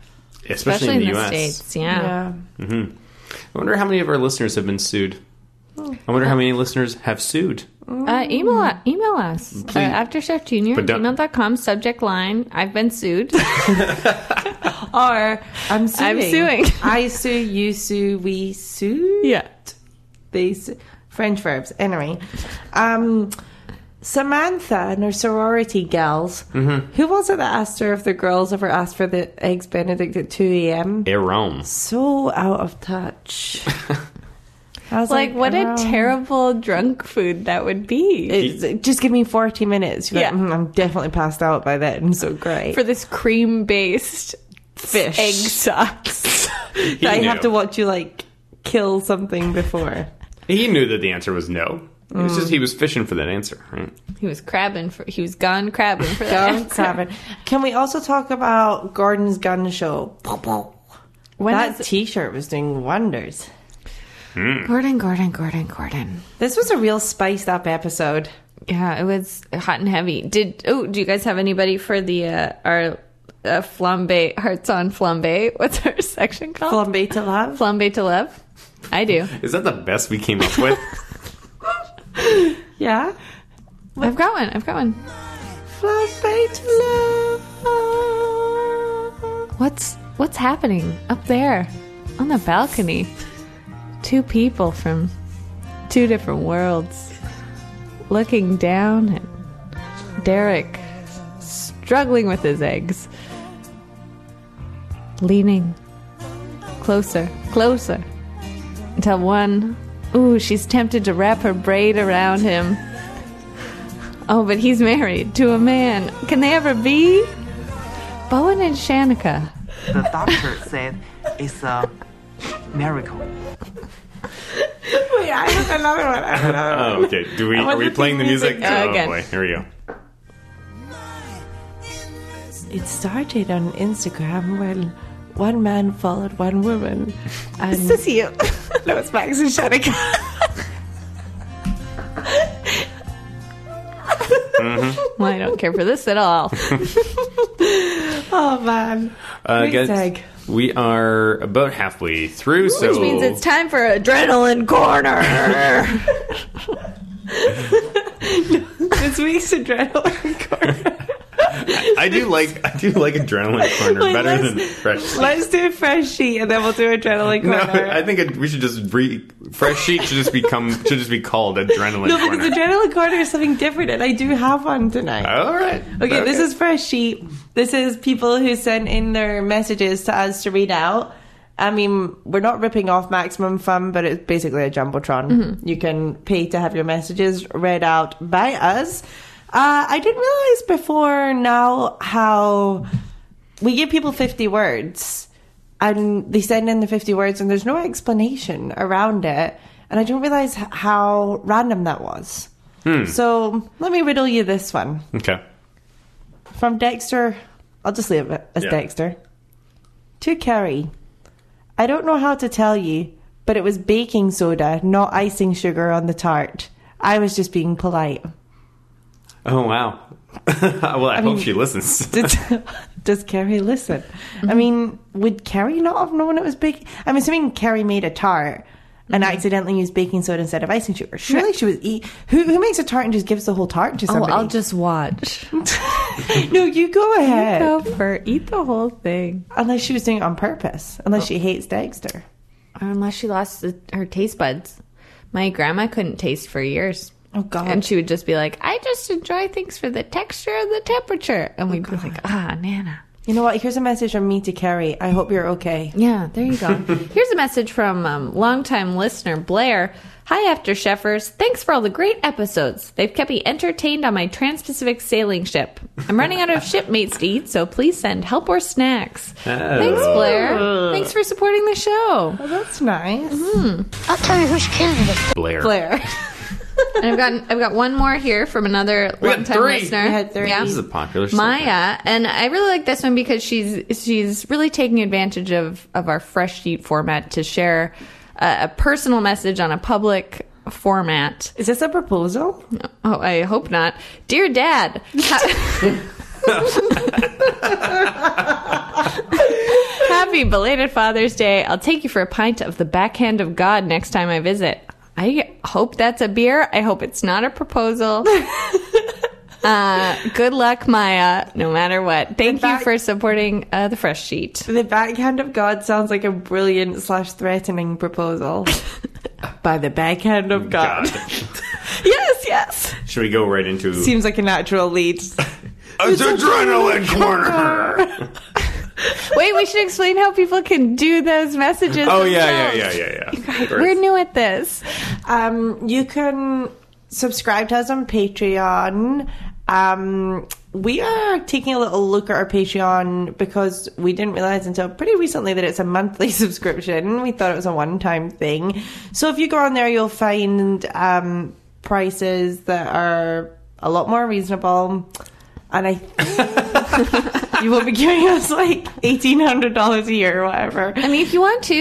Speaker 1: especially,
Speaker 2: Especially
Speaker 1: in the,
Speaker 2: in the
Speaker 1: U.S.
Speaker 2: States. Yeah.
Speaker 1: I wonder how many of our listeners have been sued.
Speaker 2: Hmm.
Speaker 1: I wonder how many listeners have sued.
Speaker 2: Uh, email email us uh, afterchef junior
Speaker 1: But don't-
Speaker 2: gmail.com subject line I've been
Speaker 1: [LAUGHS]
Speaker 2: sued
Speaker 3: Or I'm suing.
Speaker 2: I'm suing. [LAUGHS]
Speaker 3: I sue. You sue. We sue.
Speaker 2: yeah
Speaker 3: They sue. French verbs. Anyway, um, Samantha and her sorority gals.
Speaker 1: Mm-hmm.
Speaker 3: Who was it that asked her if the girls ever asked for the eggs Benedict at 2 a.m.?
Speaker 1: Aaron.
Speaker 3: So out of
Speaker 1: [LAUGHS]
Speaker 3: touch. I was
Speaker 2: like what a
Speaker 3: "Oh."
Speaker 2: terrible drunk food that would be
Speaker 3: It's, just give me 40 minutes. You're like,
Speaker 2: Yeah.
Speaker 3: "Mm, I'm definitely passed out by then. So great.
Speaker 2: [LAUGHS] for this cream based
Speaker 3: fish.
Speaker 2: egg
Speaker 3: [LAUGHS]
Speaker 2: sauce
Speaker 1: He
Speaker 3: I
Speaker 1: knew.
Speaker 3: have to watch you like kill something before.
Speaker 1: He knew that the answer was no. It was just he
Speaker 2: Hmm.
Speaker 1: was fishing for that answer, right?
Speaker 2: He was crabbing for. He was gone crabbing for that.
Speaker 3: Gone crabbing. Can we also talk about Gordon's gun show? Pow, pow.
Speaker 2: When
Speaker 3: that
Speaker 2: is-
Speaker 3: T-shirt was doing wonders.
Speaker 2: Gordon, Gordon, Gordon, Gordon.
Speaker 3: This was a real spiced up episode.
Speaker 2: Yeah, it was hot and heavy. Did oh, do you guys have anybody for the uh, our uh, flambe hearts on flambe? [LAUGHS] What's our section called?
Speaker 3: Flambe to love.
Speaker 2: flambe to love. I do.
Speaker 1: Is that the best we came up
Speaker 2: [LAUGHS]
Speaker 1: with?
Speaker 3: Yeah.
Speaker 2: I've got one. I've got one.
Speaker 3: Flambe to love.
Speaker 2: What's what's happening up there on the balcony? Two people from two different worlds looking down at Derek struggling with his eggs. Leaning closer, closer until one ooh, she's tempted to wrap her braid around him. Oh, but he's married to a man. Can they ever be? Bowen and Shanika.
Speaker 9: The doctor said it's a miracle.
Speaker 3: Wait, I have another one. I have another one.
Speaker 1: Oh, okay. Do we
Speaker 3: want
Speaker 1: are we
Speaker 3: the
Speaker 1: playing the music?
Speaker 2: music. Uh,
Speaker 1: oh
Speaker 2: again.
Speaker 1: boy, here we go.
Speaker 3: It started on Instagram when one man followed one woman. And
Speaker 2: This is
Speaker 3: [LAUGHS]
Speaker 2: you.
Speaker 3: No, it's Max and Shanika.
Speaker 2: well, [LAUGHS] I don't care for this at [LAUGHS] all.
Speaker 3: Oh man.
Speaker 1: Uh,
Speaker 3: Great tag.
Speaker 1: we are about halfway through, so
Speaker 2: Which means it's time for
Speaker 1: [LAUGHS]
Speaker 2: Adrenaline Corner.
Speaker 3: [LAUGHS] This week's adrenaline corner.
Speaker 1: I do like I do like adrenaline corner
Speaker 3: Wait,
Speaker 1: better
Speaker 3: let's-
Speaker 1: than fresh.
Speaker 3: Let's do a fresh sheet and then we'll do adrenaline
Speaker 1: no,
Speaker 3: corner.
Speaker 1: I think it, we should just re fresh sheet should just become should just be called adrenaline
Speaker 3: no,
Speaker 1: corner. Oh.
Speaker 3: because adrenaline corner is something different, and I do have one tonight.
Speaker 1: All right.
Speaker 3: Okay, this is for a sheet. This is people who sent in their messages to us to read out. I mean, we're not ripping off Maximum Fun, but it's basically a Jumbotron. You can pay to have your messages read out by us. Uh, I didn't realize before now how we give people 50 words and they send in the 50 words and there's no explanation around it. And I didn't realize h- how random that was. So let me riddle you this one
Speaker 1: Okay.
Speaker 3: from Dexter. I'll just leave it as
Speaker 1: Yeah.
Speaker 3: Dexter. To Kerry, I don't know how to tell you, but it was baking soda, not icing sugar on the tart. I was just being polite. [LAUGHS]
Speaker 1: Oh wow. [LAUGHS] well, I, hope she listens. [LAUGHS]
Speaker 3: Does, does Kerry listen? I mean, would Kerry not have known it was baking? I'm assuming Kerry made a tart and accidentally used baking soda instead of icing sugar. Surely she was eat. Who, who makes a tart and just gives the whole tart to
Speaker 2: oh,
Speaker 3: somebody?
Speaker 2: I'll just [LAUGHS] watch.
Speaker 3: [LAUGHS] no, you go ahead.
Speaker 2: Go for eat the whole thing.
Speaker 3: Unless she was doing it on purpose. Unless she hates Dexter.
Speaker 2: Unless she lost the, her taste buds. My grandma couldn't taste for years.
Speaker 3: Oh God.
Speaker 2: And she would just be like, I just enjoy things for the texture and the temperature. And we'd be like, ah, Nana.
Speaker 3: You know what? Here's a message from me to Carrie. I hope you're okay.
Speaker 2: Yeah, there
Speaker 1: [LAUGHS]
Speaker 2: you go. Here's a message from um, longtime listener Blair. Hi, After Chefers. Thanks for all the great episodes. They've kept me entertained on my trans Pacific sailing ship. I'm running out
Speaker 1: [LAUGHS]
Speaker 2: of shipmates to eat, so please send help or snacks.
Speaker 1: Oh.
Speaker 2: Thanks, Blair. Thanks for supporting the show.
Speaker 3: Well, Oh, that's nice.
Speaker 5: I'll tell you who's killing it.
Speaker 1: Blair.
Speaker 3: Blair.
Speaker 2: And I've got I've got one more here from another
Speaker 1: We had
Speaker 2: longtime
Speaker 1: three.
Speaker 2: listener.
Speaker 3: We had three.
Speaker 2: Yeah.
Speaker 1: This is a popular segment.
Speaker 2: Maya, and I really like this one because she's she's really taking advantage of of our fresh sheet format to share a, a personal message on a public format.
Speaker 3: Is this a proposal?
Speaker 2: Oh, I hope not, dear Dad. ha- [LAUGHS] Happy belated Father's Day. I'll take you for a pint of the backhand of God next time I visit. I hope that's a beer. I hope it's not a [LAUGHS] proposal. Uh, good luck, Maya, no matter what. Thank you
Speaker 3: back-
Speaker 2: for supporting uh, the Fresh Sheet.
Speaker 3: The backhand of God sounds like a brilliant slash threatening proposal. [LAUGHS] By the backhand of God. [LAUGHS] yes, yes.
Speaker 2: uh,
Speaker 1: Should we go right into
Speaker 3: Seems like a natural lead.
Speaker 1: it's adrenaline corner?
Speaker 2: Wait, we should explain how people can do those messages.
Speaker 1: Oh yeah, yeah,
Speaker 2: themselves.
Speaker 1: yeah, yeah, yeah.
Speaker 2: We're new at this.
Speaker 3: Um, you can subscribe to us on Patreon. Um, we are taking a little look at our Patreon because we didn't realize until pretty recently that it's a monthly [LAUGHS] subscription. We thought it was a one time thing. So if you go on there, you'll find um, prices that are a lot more reasonable. And I think [LAUGHS] you will be giving us like $1,800 a year or whatever.
Speaker 2: I mean, if you want to,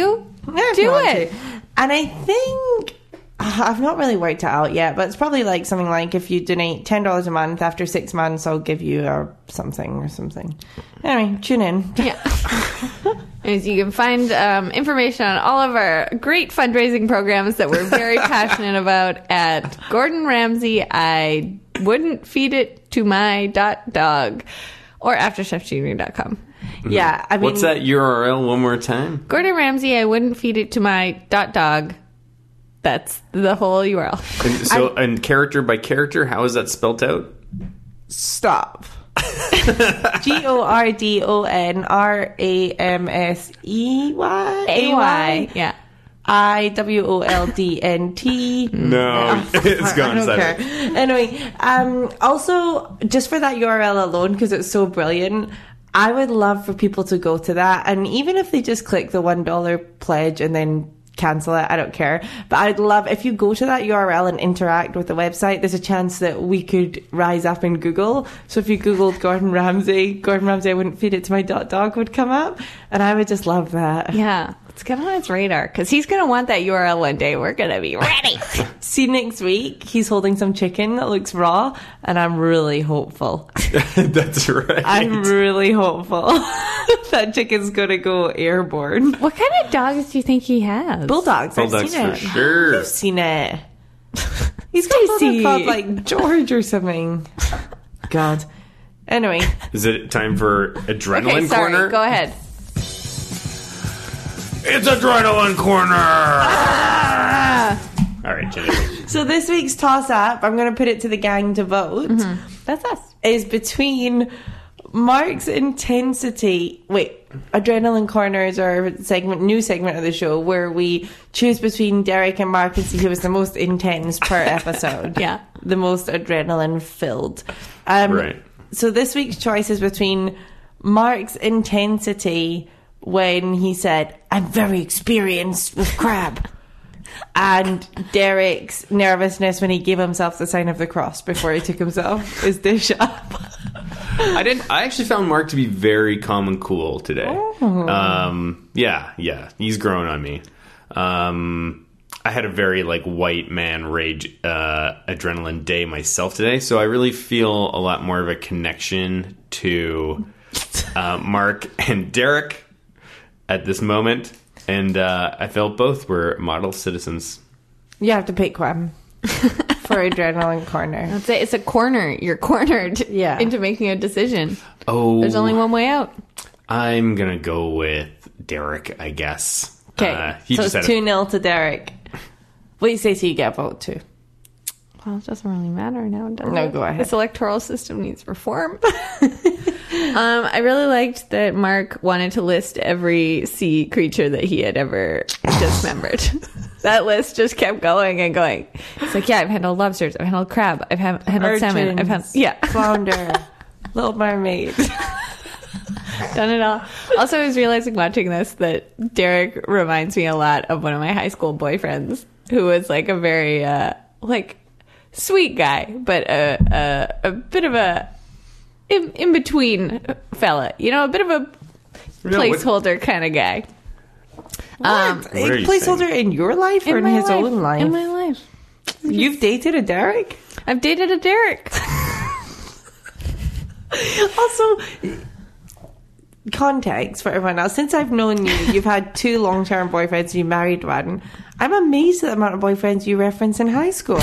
Speaker 3: Yeah, if you
Speaker 2: do
Speaker 3: want
Speaker 2: it.
Speaker 3: to. And I think uh, I've not really worked it out yet, but it's probably like something like if you donate ten dollars a month after six months, I'll give you a something or something. Anyway, tune in.
Speaker 2: Yeah. [LAUGHS] As you can find um, information on all of our great fundraising programs that we're [LAUGHS] very passionate about at Gordon Ramsay. I wouldn't feed it to my dot dog or afterchefjunior.com.
Speaker 3: Yeah, I mean,
Speaker 1: What's that URL one more time?
Speaker 2: Gordon Ramsay, I wouldn't feed it to my dot dog. That's the whole URL.
Speaker 1: And so, and character by character, how is that spelt out? [LAUGHS]
Speaker 3: Stop. G O R D O N R A M S E Y
Speaker 2: A Y. Yeah.
Speaker 3: I W O L D N T.
Speaker 1: No, [LAUGHS] it's gone.
Speaker 3: I don't care. Uh, Anyway, um, also just for that URL alone because it's so brilliant, I would love for people to go to that, and even if they just click the one dollar pledge and then cancel it, I don't care. But I'd love if you go to that URL and interact with the website. There's a chance that we could rise up in Google. So if you googled Gordon Ramsay, Gordon Ramsay, I wouldn't feed it to my dot dog would come up, and I would just love that.
Speaker 2: Yeah. Let's get on his radar because he's going to want that URL one day. We're going to be ready.
Speaker 3: See you next week. He's holding some chicken that looks raw, and I'm really hopeful.
Speaker 1: [LAUGHS] That's right.
Speaker 3: I'm really hopeful [LAUGHS] that chicken's gonna go airborne.
Speaker 2: what kind of dogs do you think he has?
Speaker 3: Bulldogs,
Speaker 1: Bulldogs for sure.
Speaker 3: seen it. He's got a bulldog
Speaker 2: Stacey.
Speaker 3: called like George or something. God. Anyway,
Speaker 1: Is it time for adrenaline
Speaker 2: Okay, sorry.
Speaker 1: corner?
Speaker 2: Go ahead.
Speaker 1: It's adrenaline corner. All right, Jenny.
Speaker 3: so this week's toss up, I'm gonna put it to the gang to vote.
Speaker 2: Mm-hmm. That's us.
Speaker 3: Is between Mark's intensity. Wait, adrenaline corners are a segment, new segment of the show where we choose between Derek and Mark and see who was the most intense per
Speaker 2: [LAUGHS]
Speaker 3: episode.
Speaker 2: Yeah.
Speaker 3: the most adrenaline filled. Um,
Speaker 1: Right.
Speaker 3: So this week's choice is between Mark's intensity when he said, "I'm very experienced with [LAUGHS] crab." And Derek's nervousness when he gave himself the sign of the cross before he took [LAUGHS] himself his dish up.
Speaker 1: I didn't. I actually found Mark to be very calm and cool today.
Speaker 3: Oh.
Speaker 1: Um, yeah, yeah, he's grown on me. Um, I had a very like white man rage uh, adrenaline day myself today, so I really feel a lot more of a connection to uh, Mark and Derek at this moment, and uh, I felt both were model citizens.
Speaker 3: You have to pick one [LAUGHS] for adrenaline corner.
Speaker 2: It's a, it's a corner. You're cornered
Speaker 3: Yeah.
Speaker 2: into making a decision.
Speaker 1: Oh,
Speaker 2: There's only one way out.
Speaker 1: I'm gonna go with Derek, I guess.
Speaker 3: Okay,
Speaker 1: Uh, he
Speaker 3: so
Speaker 1: just
Speaker 3: it's
Speaker 1: had a-
Speaker 3: two 0 to Derek. What you say? So you get a vote too.
Speaker 2: Well, it doesn't really matter now, does it?
Speaker 3: No, go ahead.
Speaker 2: This electoral system needs reform. [LAUGHS] um, I really liked that Mark wanted to list every sea creature that he had ever
Speaker 3: [LAUGHS]
Speaker 2: dismembered. that list just kept going and going. It's like, yeah, I've handled lobsters, I've handled crab, I've ha- handled salmon, I've handled
Speaker 3: Urchins,
Speaker 2: yeah,
Speaker 3: flounder, [LAUGHS] Little Mermaid.
Speaker 2: done it all. Also, I was realizing watching this that Derek reminds me a lot of one of my high school boyfriends who was like a very uh, like sweet guy, but a a, a bit of a in, in between fella. You know, a bit of a
Speaker 1: Yeah, what-
Speaker 2: placeholder kind of guy. Um,
Speaker 3: a
Speaker 1: are you
Speaker 3: placeholder in your life or in,
Speaker 2: my
Speaker 3: his own life?
Speaker 2: In my life,
Speaker 3: You've dated a Derek?
Speaker 2: I've dated a Derek.
Speaker 3: [LAUGHS] Also, context for everyone else. Since I've known you, you've had two long term boyfriends, you married one. I'm amazed at the amount of boyfriends you reference in high school.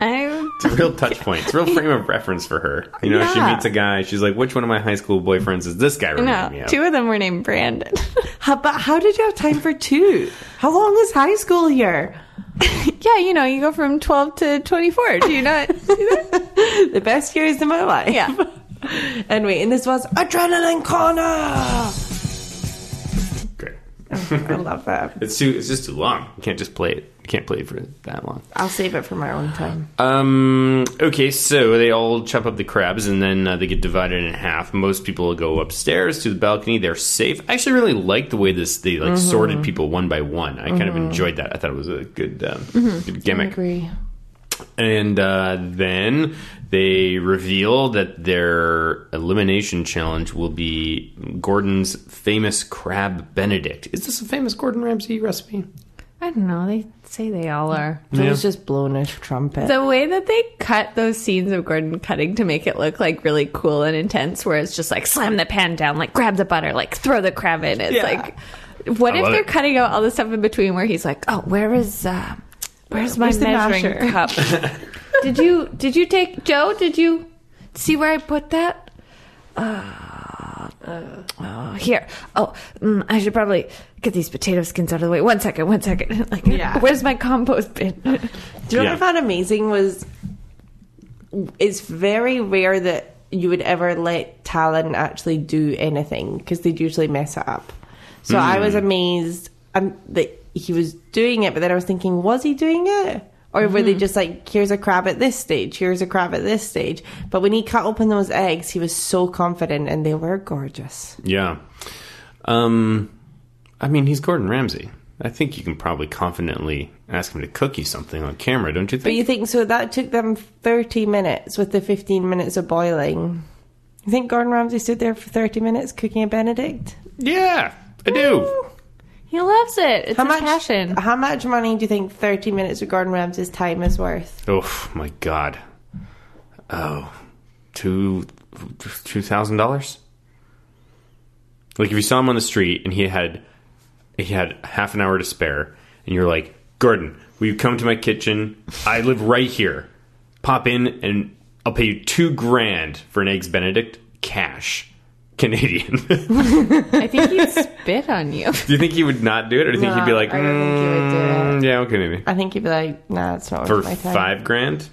Speaker 2: I'm
Speaker 1: real touch points, real frame of reference for her. You know, she
Speaker 2: Yeah.
Speaker 1: meets a guy, she's like, which one of my high school boyfriends is this guy
Speaker 2: no.
Speaker 1: remind me of?
Speaker 2: Two of them were named Brandon.
Speaker 3: how, but how did you have time for two? How long is high school here?
Speaker 2: [LAUGHS] yeah, you know, you go from twelve to twenty four. Do you not? [LAUGHS]
Speaker 3: The best years of my life. [LAUGHS]
Speaker 2: Yeah.
Speaker 3: Anyway, and this was Adrenaline Corner!
Speaker 1: Great.
Speaker 3: I love that.
Speaker 1: It's too. It's just too long. You can't just play it. You can't play it for that long.
Speaker 3: I'll save it for my own time.
Speaker 1: Um. Okay, so they all chop up the crabs, and then uh, they get divided in half. Most people go upstairs to the balcony. They're safe. I actually really like the way this they like sorted people one by one. I kind of enjoyed that. I thought it was a good, um, good gimmick.
Speaker 2: agree.
Speaker 1: And uh, then they reveal that their elimination challenge will be Gordon's famous crab Benedict. Is this a famous Gordon Ramsay recipe?
Speaker 2: I don't know. They say they all are.
Speaker 3: It was just blowing a trumpet.
Speaker 2: The way that they cut those scenes of Gordon cutting to make it look like really cool and intense, where it's just like slam the pan down, like grab the butter, like throw the crab in. It's like, what
Speaker 1: I
Speaker 2: if
Speaker 1: love
Speaker 2: they're
Speaker 1: it.
Speaker 2: cutting out all the stuff in between where he's like, oh, where is uh, where's my
Speaker 3: Where's the
Speaker 2: measuring
Speaker 3: masher?
Speaker 2: cup?
Speaker 1: [LAUGHS]
Speaker 2: did you did you take Joe? Did you see where I put that? Uh, oh, here. Oh, mm, I should probably get these potato skins out of the way. One second, one second. [LAUGHS] like,
Speaker 3: Yeah.
Speaker 2: where's my compost bin? [LAUGHS]
Speaker 3: Do you know
Speaker 1: Yeah.
Speaker 3: what I found amazing was it's very rare that you would ever let Talon actually do anything because they'd usually mess it up. So I was amazed um, that he was doing it, but then I was thinking, was he doing it? Or were they just like, here's a crab at this stage, here's a crab at this stage? But when he cut open those eggs, he was so confident and they were gorgeous.
Speaker 1: Yeah. Um, I mean, he's Gordon Ramsay. I think you can probably confidently ask him to cook you something on camera, don't you
Speaker 3: But you
Speaker 1: think?
Speaker 3: think so? That took them 30 minutes with the 15 minutes of boiling. You think Gordon Ramsay stood there for 30 minutes cooking a Benedict?
Speaker 1: yeah, I do.
Speaker 2: He loves it. It's
Speaker 3: How
Speaker 2: his
Speaker 3: much?
Speaker 2: passion.
Speaker 3: How much money do you think 30 minutes of Gordon Ramsay's time is worth?
Speaker 1: Oh my god. Oh, two two thousand dollars. Like if you saw him on the street and he had he had half an hour to spare, and you're like, Gordon, will you come to my kitchen? I live right here. Pop in and I'll pay you two grand for an eggs Benedict cash, [LAUGHS] Canadian. [LAUGHS] do
Speaker 2: I think he'd spit on you.
Speaker 1: you think he would not do it, or do you think he'd be
Speaker 3: No,
Speaker 1: like,
Speaker 3: I don't think he would do
Speaker 1: "Mm, yeah, okay, maybe
Speaker 3: I think he'd be like, nah, it's not
Speaker 1: for
Speaker 3: worth my time.
Speaker 1: five grand?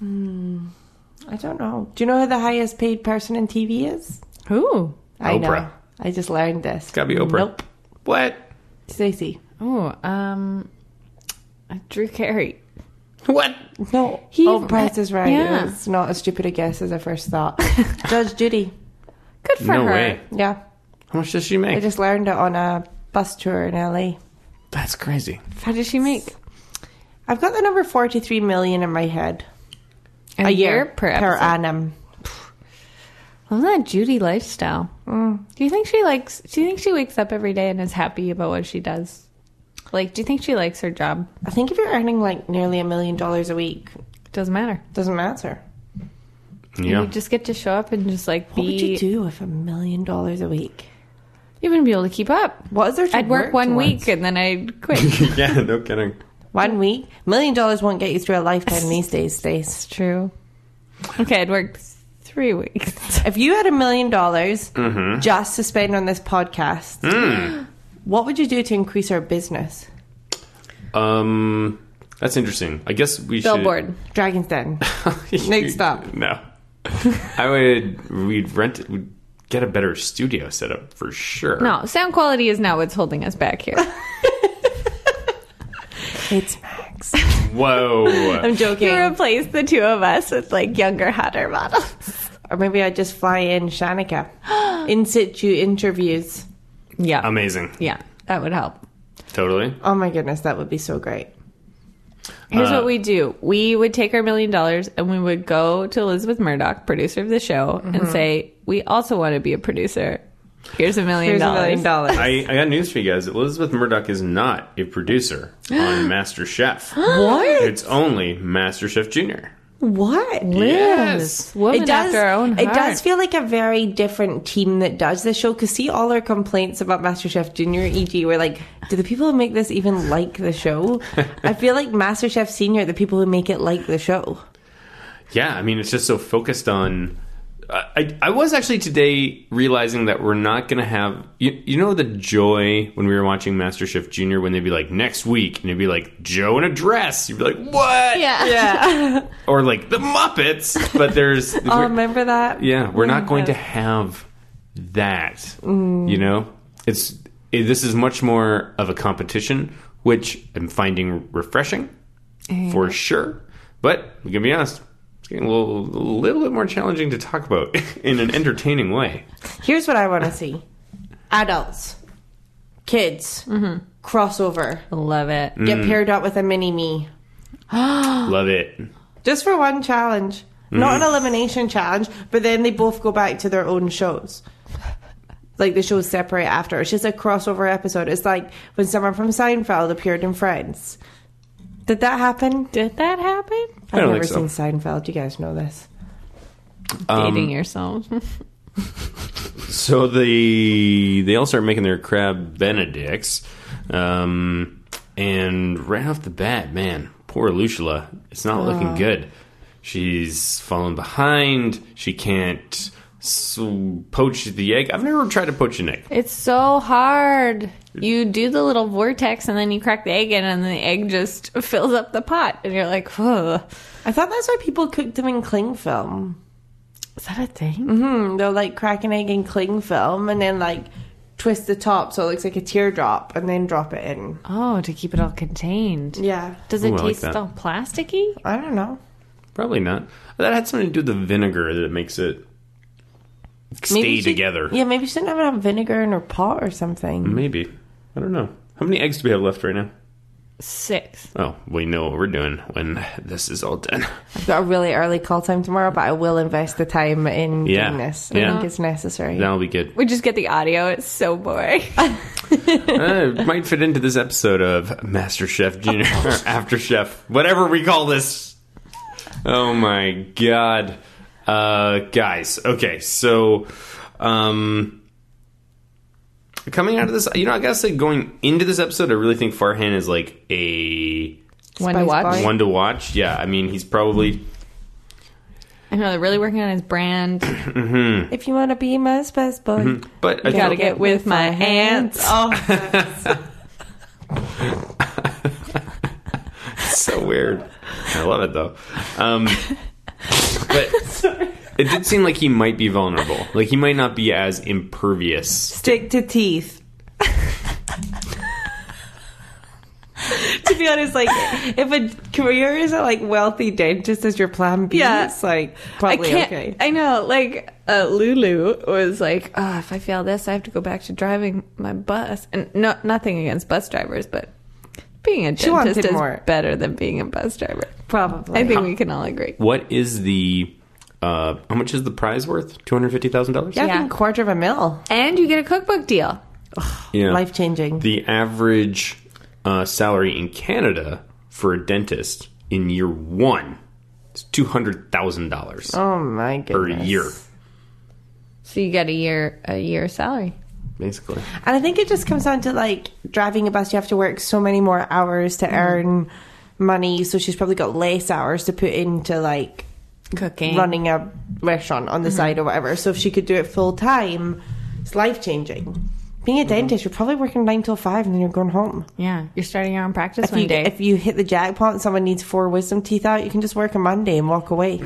Speaker 3: I don't know. Do you know who the highest paid person in TV is?
Speaker 2: Ooh.
Speaker 3: I know.
Speaker 1: Oprah.
Speaker 3: I just learned this.
Speaker 1: Gotta be Oprah.
Speaker 3: Nope.
Speaker 1: What?
Speaker 3: Stacey.
Speaker 2: Oh, um, Drew Carey.
Speaker 1: What?
Speaker 3: No.
Speaker 2: He-
Speaker 3: oh, Price is right.
Speaker 2: Yeah.
Speaker 3: It's not as stupid a guess as I first
Speaker 2: [LAUGHS]
Speaker 3: thought. Judge Judy.
Speaker 2: Good for
Speaker 1: no
Speaker 2: her.
Speaker 1: way.
Speaker 3: Yeah.
Speaker 1: How much does she
Speaker 3: I
Speaker 1: make?
Speaker 3: just learned it on a bus tour in LA.
Speaker 1: That's crazy.
Speaker 2: How did she make
Speaker 3: I've got the number 43 million in my head. A, year,
Speaker 2: per
Speaker 3: per
Speaker 2: episode?
Speaker 3: annum.
Speaker 2: Love that Judy lifestyle.
Speaker 3: Mm.
Speaker 2: Do you think she likes? Do you think she wakes up every day and is happy about what she does? Like, do you think she likes her job?
Speaker 3: I think if you're earning like nearly a million dollars a week,
Speaker 2: Doesn't matter.
Speaker 3: doesn't matter.
Speaker 1: Yeah.
Speaker 2: You just get to show up and just like be.
Speaker 3: What would you do with a million dollars a week?
Speaker 2: You wouldn't be able to keep up.
Speaker 3: What is there to
Speaker 2: I'd work,
Speaker 3: work
Speaker 2: one
Speaker 3: towards?
Speaker 2: week and then I'd
Speaker 3: [LAUGHS]
Speaker 2: quit.
Speaker 1: [LAUGHS] yeah, no kidding.
Speaker 3: One week, million dollars won't get you through a lifetime [LAUGHS] these days, Stace.
Speaker 2: it's true. Okay, I'd work three weeks.
Speaker 3: If you had a million dollars just to spend on this podcast, [GASPS] what would you do to increase our business?
Speaker 1: Um, that's interesting. I guess we [LAUGHS]
Speaker 2: Billboard.
Speaker 3: Dragon's Den.
Speaker 1: should.
Speaker 3: Next up.
Speaker 1: No. [LAUGHS] I would. We'd rent. We'd get a better studio set up for sure.
Speaker 2: No, sound quality is not what's holding us back here.
Speaker 3: it's Max.
Speaker 1: Whoa.
Speaker 2: [LAUGHS]
Speaker 3: I'm joking.
Speaker 2: You replace the two of us with like younger, hotter models.
Speaker 3: Or maybe I'd just fly in Shanika. in situ interviews.
Speaker 2: Yeah.
Speaker 1: Amazing.
Speaker 2: yeah, that would help.
Speaker 1: Totally.
Speaker 3: Oh my goodness, that would be so great.
Speaker 2: Here's
Speaker 1: Uh,
Speaker 2: what we do we would take our million dollars and we would go to Elizabeth Murdoch, producer of the show, and say, We also want to be a producer. Here's a million
Speaker 3: Here's a million
Speaker 2: dollars.
Speaker 1: [LAUGHS]
Speaker 3: dollars.
Speaker 1: I, I got news for you guys. Elizabeth Murdoch is not a producer
Speaker 2: [GASPS]
Speaker 1: on Master Chef.
Speaker 3: What?
Speaker 1: It's only Master Chef Junior.
Speaker 3: What?
Speaker 1: Yes.
Speaker 2: Woman after her own
Speaker 3: It
Speaker 2: heart.
Speaker 3: does feel like a very different team that does the show. Because see, all our complaints about MasterChef Junior, e.g., were like, do the people who make this even like the show? I feel like MasterChef Senior, the people who make it like the show.
Speaker 1: Yeah, I mean, it's just so focused on. I, I was actually today realizing that we're not going to have you, you know the joy when we were watching MasterChef Junior when they'd be like next week and it'd be like Joe in a dress you'd be like what
Speaker 2: Yeah.
Speaker 1: [LAUGHS] or like the Muppets but there's
Speaker 3: Oh,
Speaker 1: we're-
Speaker 3: remember that?
Speaker 1: yeah we're not going to have that you know it's eh, this is much more of a competition, which I'm finding refreshing for sure. But we can be honest, it's getting a little, little bit more challenging to talk about [LAUGHS] in an entertaining way.
Speaker 3: Here's what I want to see: adults, kids, crossover.
Speaker 8: Mm-hmm. Love it.
Speaker 1: Mm.
Speaker 3: Get paired up with a mini me,
Speaker 1: Love it.
Speaker 3: just for one challenge, not
Speaker 1: Mm.
Speaker 3: an elimination challenge. But then they both go back to their own shows. Like the shows separate after. It's just a crossover episode. It's like when someone from Seinfeld appeared in Friends. Did that happen?
Speaker 8: Did that happen?
Speaker 1: I
Speaker 3: I've
Speaker 1: don't think
Speaker 3: never
Speaker 1: so.
Speaker 3: seen Seinfeld. You guys know this.
Speaker 8: Dating yourself. [LAUGHS]
Speaker 1: So they they all start making their crab benedicts, um, and right off the bat, man, poor Lucilla, it's not
Speaker 3: Oh.
Speaker 1: looking good. She's fallen behind. She can't s poach the egg. I've never tried to poach an egg.
Speaker 8: it's so hard. You do the little vortex and then you crack the egg in and the egg just [LAUGHS] fills up the pot and you're like, Whoa.
Speaker 3: I thought that's why people cooked them in cling film.
Speaker 8: Is that a thing?
Speaker 3: They'll like crack an egg in cling film and then like twist the top so it looks like a teardrop and then drop it in.
Speaker 8: Oh, to keep it all contained.
Speaker 3: Yeah.
Speaker 8: Does it
Speaker 1: Ooh, I like
Speaker 8: taste
Speaker 1: that.
Speaker 8: all plasticky?
Speaker 3: I don't know.
Speaker 1: Probably not. That had something to do with the vinegar that makes it stay
Speaker 3: Maybe she-
Speaker 1: together. Mm-hmm.
Speaker 3: Yeah, maybe she didn't have enough vinegar in her pot or something.
Speaker 1: Maybe. I don't know. How many eggs do we have left right now?
Speaker 8: Six.
Speaker 1: Oh, we know what we're doing when this is all done.
Speaker 3: I've got a really early call time tomorrow, but I will invest the time in
Speaker 1: Yeah.
Speaker 3: doing this. I
Speaker 1: Yeah.
Speaker 3: think it's necessary.
Speaker 1: That'll be good.
Speaker 8: We just get the audio. It's so boring.
Speaker 1: Uh, it might fit into this episode of Master Chef Junior [LAUGHS] or After Chef, whatever we call this. Oh my god, uh, guys. Okay, so um, coming out of this, you know, I gotta say, going into this episode, I really think Farhan is like a
Speaker 8: One to
Speaker 3: Spice
Speaker 8: watch.
Speaker 3: Boy.
Speaker 1: one to watch. Yeah, I mean, he's probably
Speaker 8: I know they're really working on his brand.
Speaker 3: If you want to be my best boy,
Speaker 1: but I
Speaker 8: Gotta
Speaker 1: think-
Speaker 8: get with my aunt.
Speaker 3: Oh,
Speaker 1: [LAUGHS] so weird. I love it though. Um, [LAUGHS] but it did seem like he might be vulnerable. Like he might not be as impervious.
Speaker 3: stick to teeth.
Speaker 8: Oh,
Speaker 3: to be honest, like if a career is a like wealthy dentist as your plan B,
Speaker 8: Yeah.
Speaker 3: it's like
Speaker 8: I
Speaker 3: probably
Speaker 8: can't.
Speaker 3: okay.
Speaker 8: I know. Like uh, Lulu was like, oh, if I fail this, I have to go back to driving my bus. And no, nothing against bus drivers, but being a
Speaker 3: wanted
Speaker 8: dentist is
Speaker 3: more.
Speaker 8: better than being a bus driver.
Speaker 3: Probably.
Speaker 8: I think we can all agree.
Speaker 1: What is the uh, how much is the prize worth? Two hundred fifty thousand dollars.
Speaker 3: yeah, I
Speaker 8: Yeah.
Speaker 3: think quarter of a mil.
Speaker 8: And you get a cookbook deal.
Speaker 1: Yeah.
Speaker 3: Life changing.
Speaker 1: Oh. The average uh, salary in Canada for a dentist in year one is two hundred thousand dollars
Speaker 3: Oh my
Speaker 1: per
Speaker 3: goodness.
Speaker 1: year,
Speaker 8: So you get a year a year salary.
Speaker 1: basically.
Speaker 3: And I think it just comes down to like driving a bus, you have to work so many more hours
Speaker 8: Mm-hmm.
Speaker 3: to earn money. So she's probably got less hours to put into like
Speaker 8: Cooking.
Speaker 3: running a restaurant
Speaker 8: Mm-hmm.
Speaker 3: on the side or whatever. So if she could do it full time, it's life changing. Being a
Speaker 8: Mm-hmm.
Speaker 3: dentist, you're probably working nine till five and then you're going home.
Speaker 8: Yeah. You're starting your own practice
Speaker 3: If
Speaker 8: one
Speaker 3: you,
Speaker 8: day.
Speaker 3: if you hit the jackpot and someone needs four wisdom teeth out, you can just work a Monday and walk
Speaker 8: [LAUGHS]
Speaker 3: away.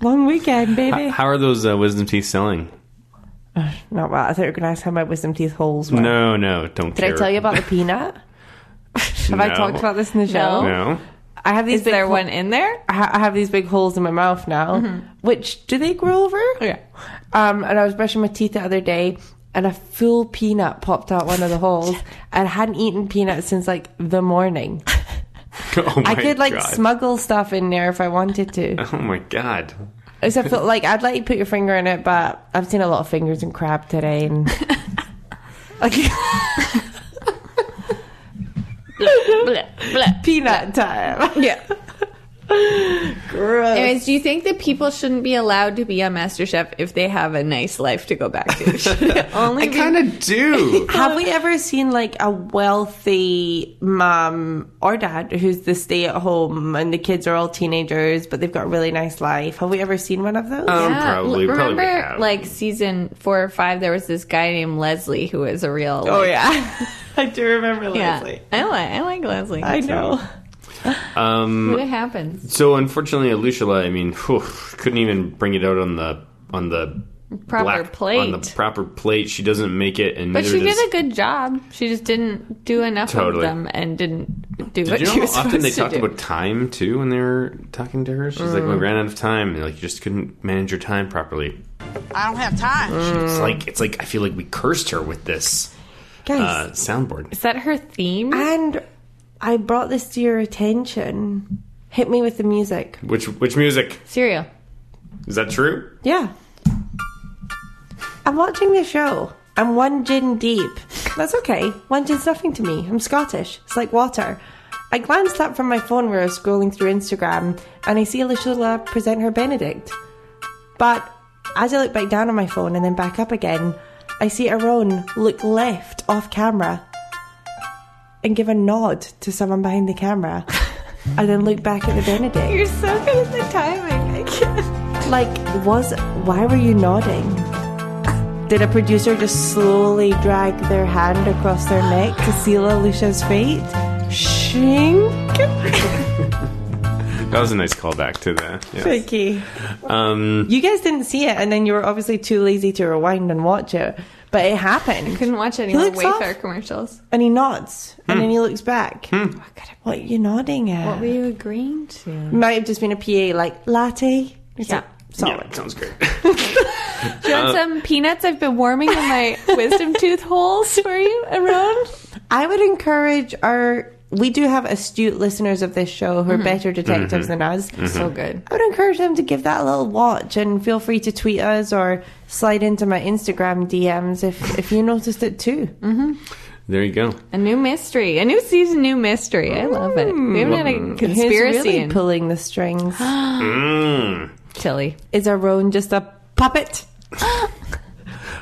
Speaker 3: Long weekend, baby.
Speaker 1: How are those uh, wisdom teeth selling?
Speaker 3: Not well. I thought you were going to ask how my wisdom teeth holes were.
Speaker 1: No, no, don't.
Speaker 3: Did I tell you about the peanut? Have I talked about this in the show?
Speaker 8: No.
Speaker 1: No.
Speaker 3: I have these
Speaker 8: is
Speaker 3: big
Speaker 8: there
Speaker 3: hol-
Speaker 8: one in there? Mm-hmm.
Speaker 3: I ha- I have these big holes in my mouth now, which do they grow over?
Speaker 8: Oh, Yeah.
Speaker 3: Um, and I was brushing my teeth the other day, and a full peanut popped out one of the
Speaker 8: [LAUGHS]
Speaker 3: holes. and I hadn't eaten peanuts since like the morning.
Speaker 1: [LAUGHS] Oh my
Speaker 3: I could like
Speaker 1: God.
Speaker 3: smuggle stuff in there if I wanted
Speaker 8: [LAUGHS]
Speaker 3: to.
Speaker 1: Oh my god.
Speaker 3: Except for, like I'd let you put your finger in it, but I've seen a lot of fingers in crab today,
Speaker 8: [LAUGHS]
Speaker 3: and like [LAUGHS] peanut time.
Speaker 8: [LAUGHS] Yeah.
Speaker 3: Gross.
Speaker 8: Anyways, do you think that people shouldn't be allowed to be on MasterChef if they have a nice life to go back to? Should it only
Speaker 1: I
Speaker 8: be-
Speaker 1: kind
Speaker 8: [LAUGHS]
Speaker 1: of do.
Speaker 3: Have we ever seen like a wealthy mom or dad who's the stay at home and the kids are all teenagers but they've got a really nice life? Have we ever seen one of those?
Speaker 1: Um,
Speaker 8: Yeah,
Speaker 1: probably,
Speaker 8: l-
Speaker 1: probably
Speaker 8: remember,
Speaker 1: have.
Speaker 8: like season four or five, there was this guy named Leslie who was a real. Like,
Speaker 3: Oh, yeah. [LAUGHS] I do remember
Speaker 8: Oh, yeah.
Speaker 3: Leslie.
Speaker 8: I like I like Leslie.
Speaker 3: I know.
Speaker 1: um,
Speaker 8: what happens?
Speaker 1: so unfortunately, Lucilla, I mean, whew, couldn't even bring it out on the on the
Speaker 8: Proper
Speaker 1: black
Speaker 8: plate.
Speaker 1: on the proper plate. She doesn't make it, and
Speaker 8: But
Speaker 1: neither
Speaker 8: she
Speaker 1: does.
Speaker 8: did a good job. She just didn't do enough
Speaker 1: Totally.
Speaker 8: of them and didn't do
Speaker 1: Did
Speaker 8: what
Speaker 1: you know
Speaker 8: [LAUGHS] she
Speaker 1: how
Speaker 8: was
Speaker 1: often they
Speaker 8: supposed
Speaker 1: talked
Speaker 8: to do. Mm.
Speaker 1: about time too when they were talking to her? She's like, "We ran out of time, and like you just couldn't manage your time properly."
Speaker 4: I don't have time.
Speaker 9: Mm.
Speaker 8: Mm.
Speaker 1: It's like it's like I feel like we cursed her with this
Speaker 3: Guys,
Speaker 1: uh, soundboard.
Speaker 8: Is that her theme?
Speaker 3: and I brought this to your attention. Hit me with the music.
Speaker 1: Which which music
Speaker 8: Cereal.
Speaker 1: is that true?
Speaker 3: Yeah. I'm watching the show. I'm one gin deep. That's okay. One gin's nothing to me. I'm Scottish. It's like water. I glanced up from my phone where I was scrolling through Instagram and I see Lashula present her Benedict. But as I look back down on my phone and then back up again, I see Aaron look left off camera and give a nod to someone behind the
Speaker 8: [LAUGHS]
Speaker 3: camera and then look back at the Benedict.
Speaker 8: You're so good at the timing. I can't.
Speaker 3: [LAUGHS] Like, was why were you nodding? Did a producer just slowly drag their hand across their neck to seal Alicia's fate? Shink,
Speaker 1: That was a nice callback to the. Yeah.
Speaker 3: Vicky.
Speaker 1: Um,
Speaker 3: You guys didn't see it, and then you were obviously too lazy to rewind and watch it. But it happened,
Speaker 8: Couldn't watch any
Speaker 3: He
Speaker 8: more
Speaker 3: looks
Speaker 8: Wayfair
Speaker 3: off.
Speaker 8: commercials.
Speaker 3: and he nods, and then he looks back. What are you nodding
Speaker 8: Hmm. What
Speaker 3: at?
Speaker 8: were you agreeing
Speaker 1: Uh,
Speaker 8: to?
Speaker 3: Might have just been a PA, like latte.
Speaker 8: Yeah.
Speaker 1: yeah,
Speaker 3: Solid.
Speaker 1: sounds great. [LAUGHS]
Speaker 8: Do you want some peanuts I've been warming
Speaker 1: [LAUGHS]
Speaker 8: in my wisdom tooth holes for you, Aron?
Speaker 3: I would encourage our. We do have astute listeners of this show who are
Speaker 8: Mm-hmm.
Speaker 3: better detectives than us.
Speaker 8: So good.
Speaker 3: I would encourage them to give that a little watch and feel free to tweet us or slide into my Instagram DMs if, if you noticed it too.
Speaker 1: There you go.
Speaker 8: A new mystery. A new season, new mystery. I love it. We haven't had
Speaker 3: Mm.
Speaker 8: a conspiracy
Speaker 3: Who's really
Speaker 8: in
Speaker 3: pulling the strings? [GASPS]
Speaker 1: Mm.
Speaker 8: Chile.
Speaker 3: Is Aron just a
Speaker 8: [LAUGHS]
Speaker 3: puppet?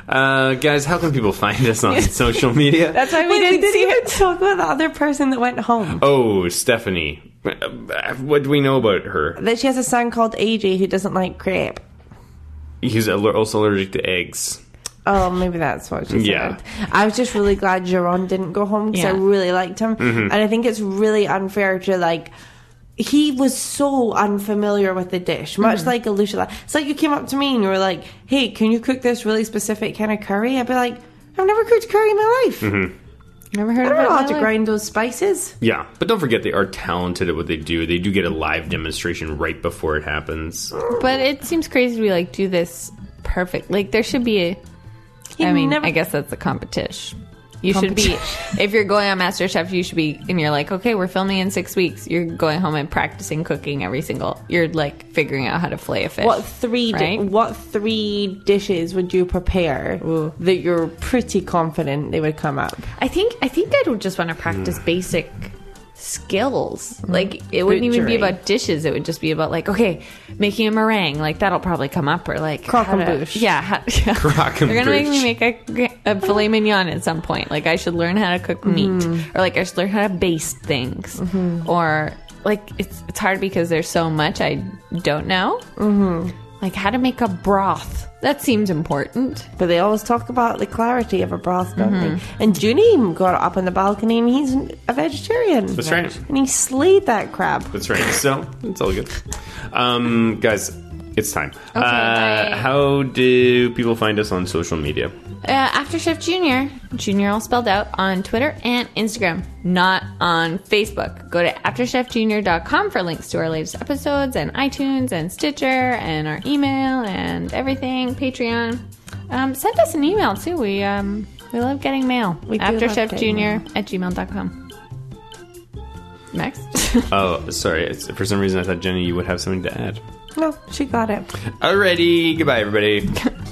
Speaker 1: Uh, guys, how can people find us
Speaker 8: [LAUGHS]
Speaker 1: on social media?
Speaker 8: That's why we
Speaker 3: Wait,
Speaker 8: didn't see
Speaker 3: even
Speaker 8: it.
Speaker 3: talk about the other person that went home.
Speaker 1: oh, Stephanie. What do we know about her?
Speaker 3: That she has a son called AJ who doesn't like crepe.
Speaker 1: He's aller- also allergic to eggs.
Speaker 3: Oh, maybe that's what she
Speaker 1: Yeah.
Speaker 3: said. I was just really glad Jerron didn't go home because I
Speaker 8: Yeah.
Speaker 3: really liked him, and I think it's really unfair to like. He was so unfamiliar with the dish, much
Speaker 8: Mm-hmm.
Speaker 3: like Alicia. It's like you came up to me and you were like, "Hey, can you cook this really specific kind of curry?" I'd be like, "I've never cooked curry in my life.
Speaker 8: Never heard
Speaker 3: I
Speaker 8: of
Speaker 3: don't
Speaker 8: it.
Speaker 3: know
Speaker 8: in
Speaker 3: how
Speaker 8: my
Speaker 3: to
Speaker 8: life.
Speaker 3: grind those spices."
Speaker 1: Yeah, but don't forget they are talented at what they do. They do get a live demonstration right before it happens.
Speaker 8: But it seems crazy to be like, do this perfect. Like, there should be a.
Speaker 3: He
Speaker 8: I mean,
Speaker 3: never-
Speaker 8: I guess that's a competition. You should be, [LAUGHS] if you're going on MasterChef, you should be, and you're like, okay, we're filming in six weeks. You're going home and practicing cooking every single. You're like figuring out how to flay a fish.
Speaker 3: What three? di-
Speaker 8: Right?
Speaker 3: what three dishes would you prepare that you're pretty confident they would come up?
Speaker 8: I think I think I would just want to practice
Speaker 1: Hmm.
Speaker 8: basic skills. Like it wouldn't even be
Speaker 3: Butchery.
Speaker 8: about dishes. It would just be about like okay, making a meringue. Like that'll probably come up or like
Speaker 3: Croque
Speaker 8: how
Speaker 3: and
Speaker 8: to-
Speaker 3: bouche.
Speaker 8: Yeah, how, [LAUGHS] yeah.
Speaker 1: Croque and
Speaker 8: They're gonna make me
Speaker 1: bouche.
Speaker 8: make a, a filet mignon at some point. Like I should learn how to cook
Speaker 3: Hmm.
Speaker 8: meat or like I should learn how to baste things
Speaker 3: Mm-hmm.
Speaker 8: or like it's it's hard because there's so much I don't know. Mm-hmm. Like how to make a broth. That seems important.
Speaker 3: But they always talk about the clarity of a broth, don't they? And Junie got up on the balcony and he's a vegetarian.
Speaker 1: That's right.
Speaker 3: And he slayed that crab.
Speaker 1: That's right. So it's all good. Um, guys, it's time.
Speaker 8: bye.
Speaker 1: uh, how do people find us on social media?
Speaker 8: uh, After Shift Junior, Junior all spelled out on Twitter and Instagram, not on Facebook. Go to AfterChefJunior.com for links to our latest episodes and iTunes and Stitcher and our email and everything, Patreon. Um, send us an email too. We um, we love getting mail.
Speaker 3: We do love getting
Speaker 8: AfterChefJunior at gmail.com. Next.
Speaker 1: Oh, sorry. It's, for some reason, I thought Jenny, you would have something to add.
Speaker 3: No, she got it.
Speaker 1: Alrighty. Goodbye, everybody.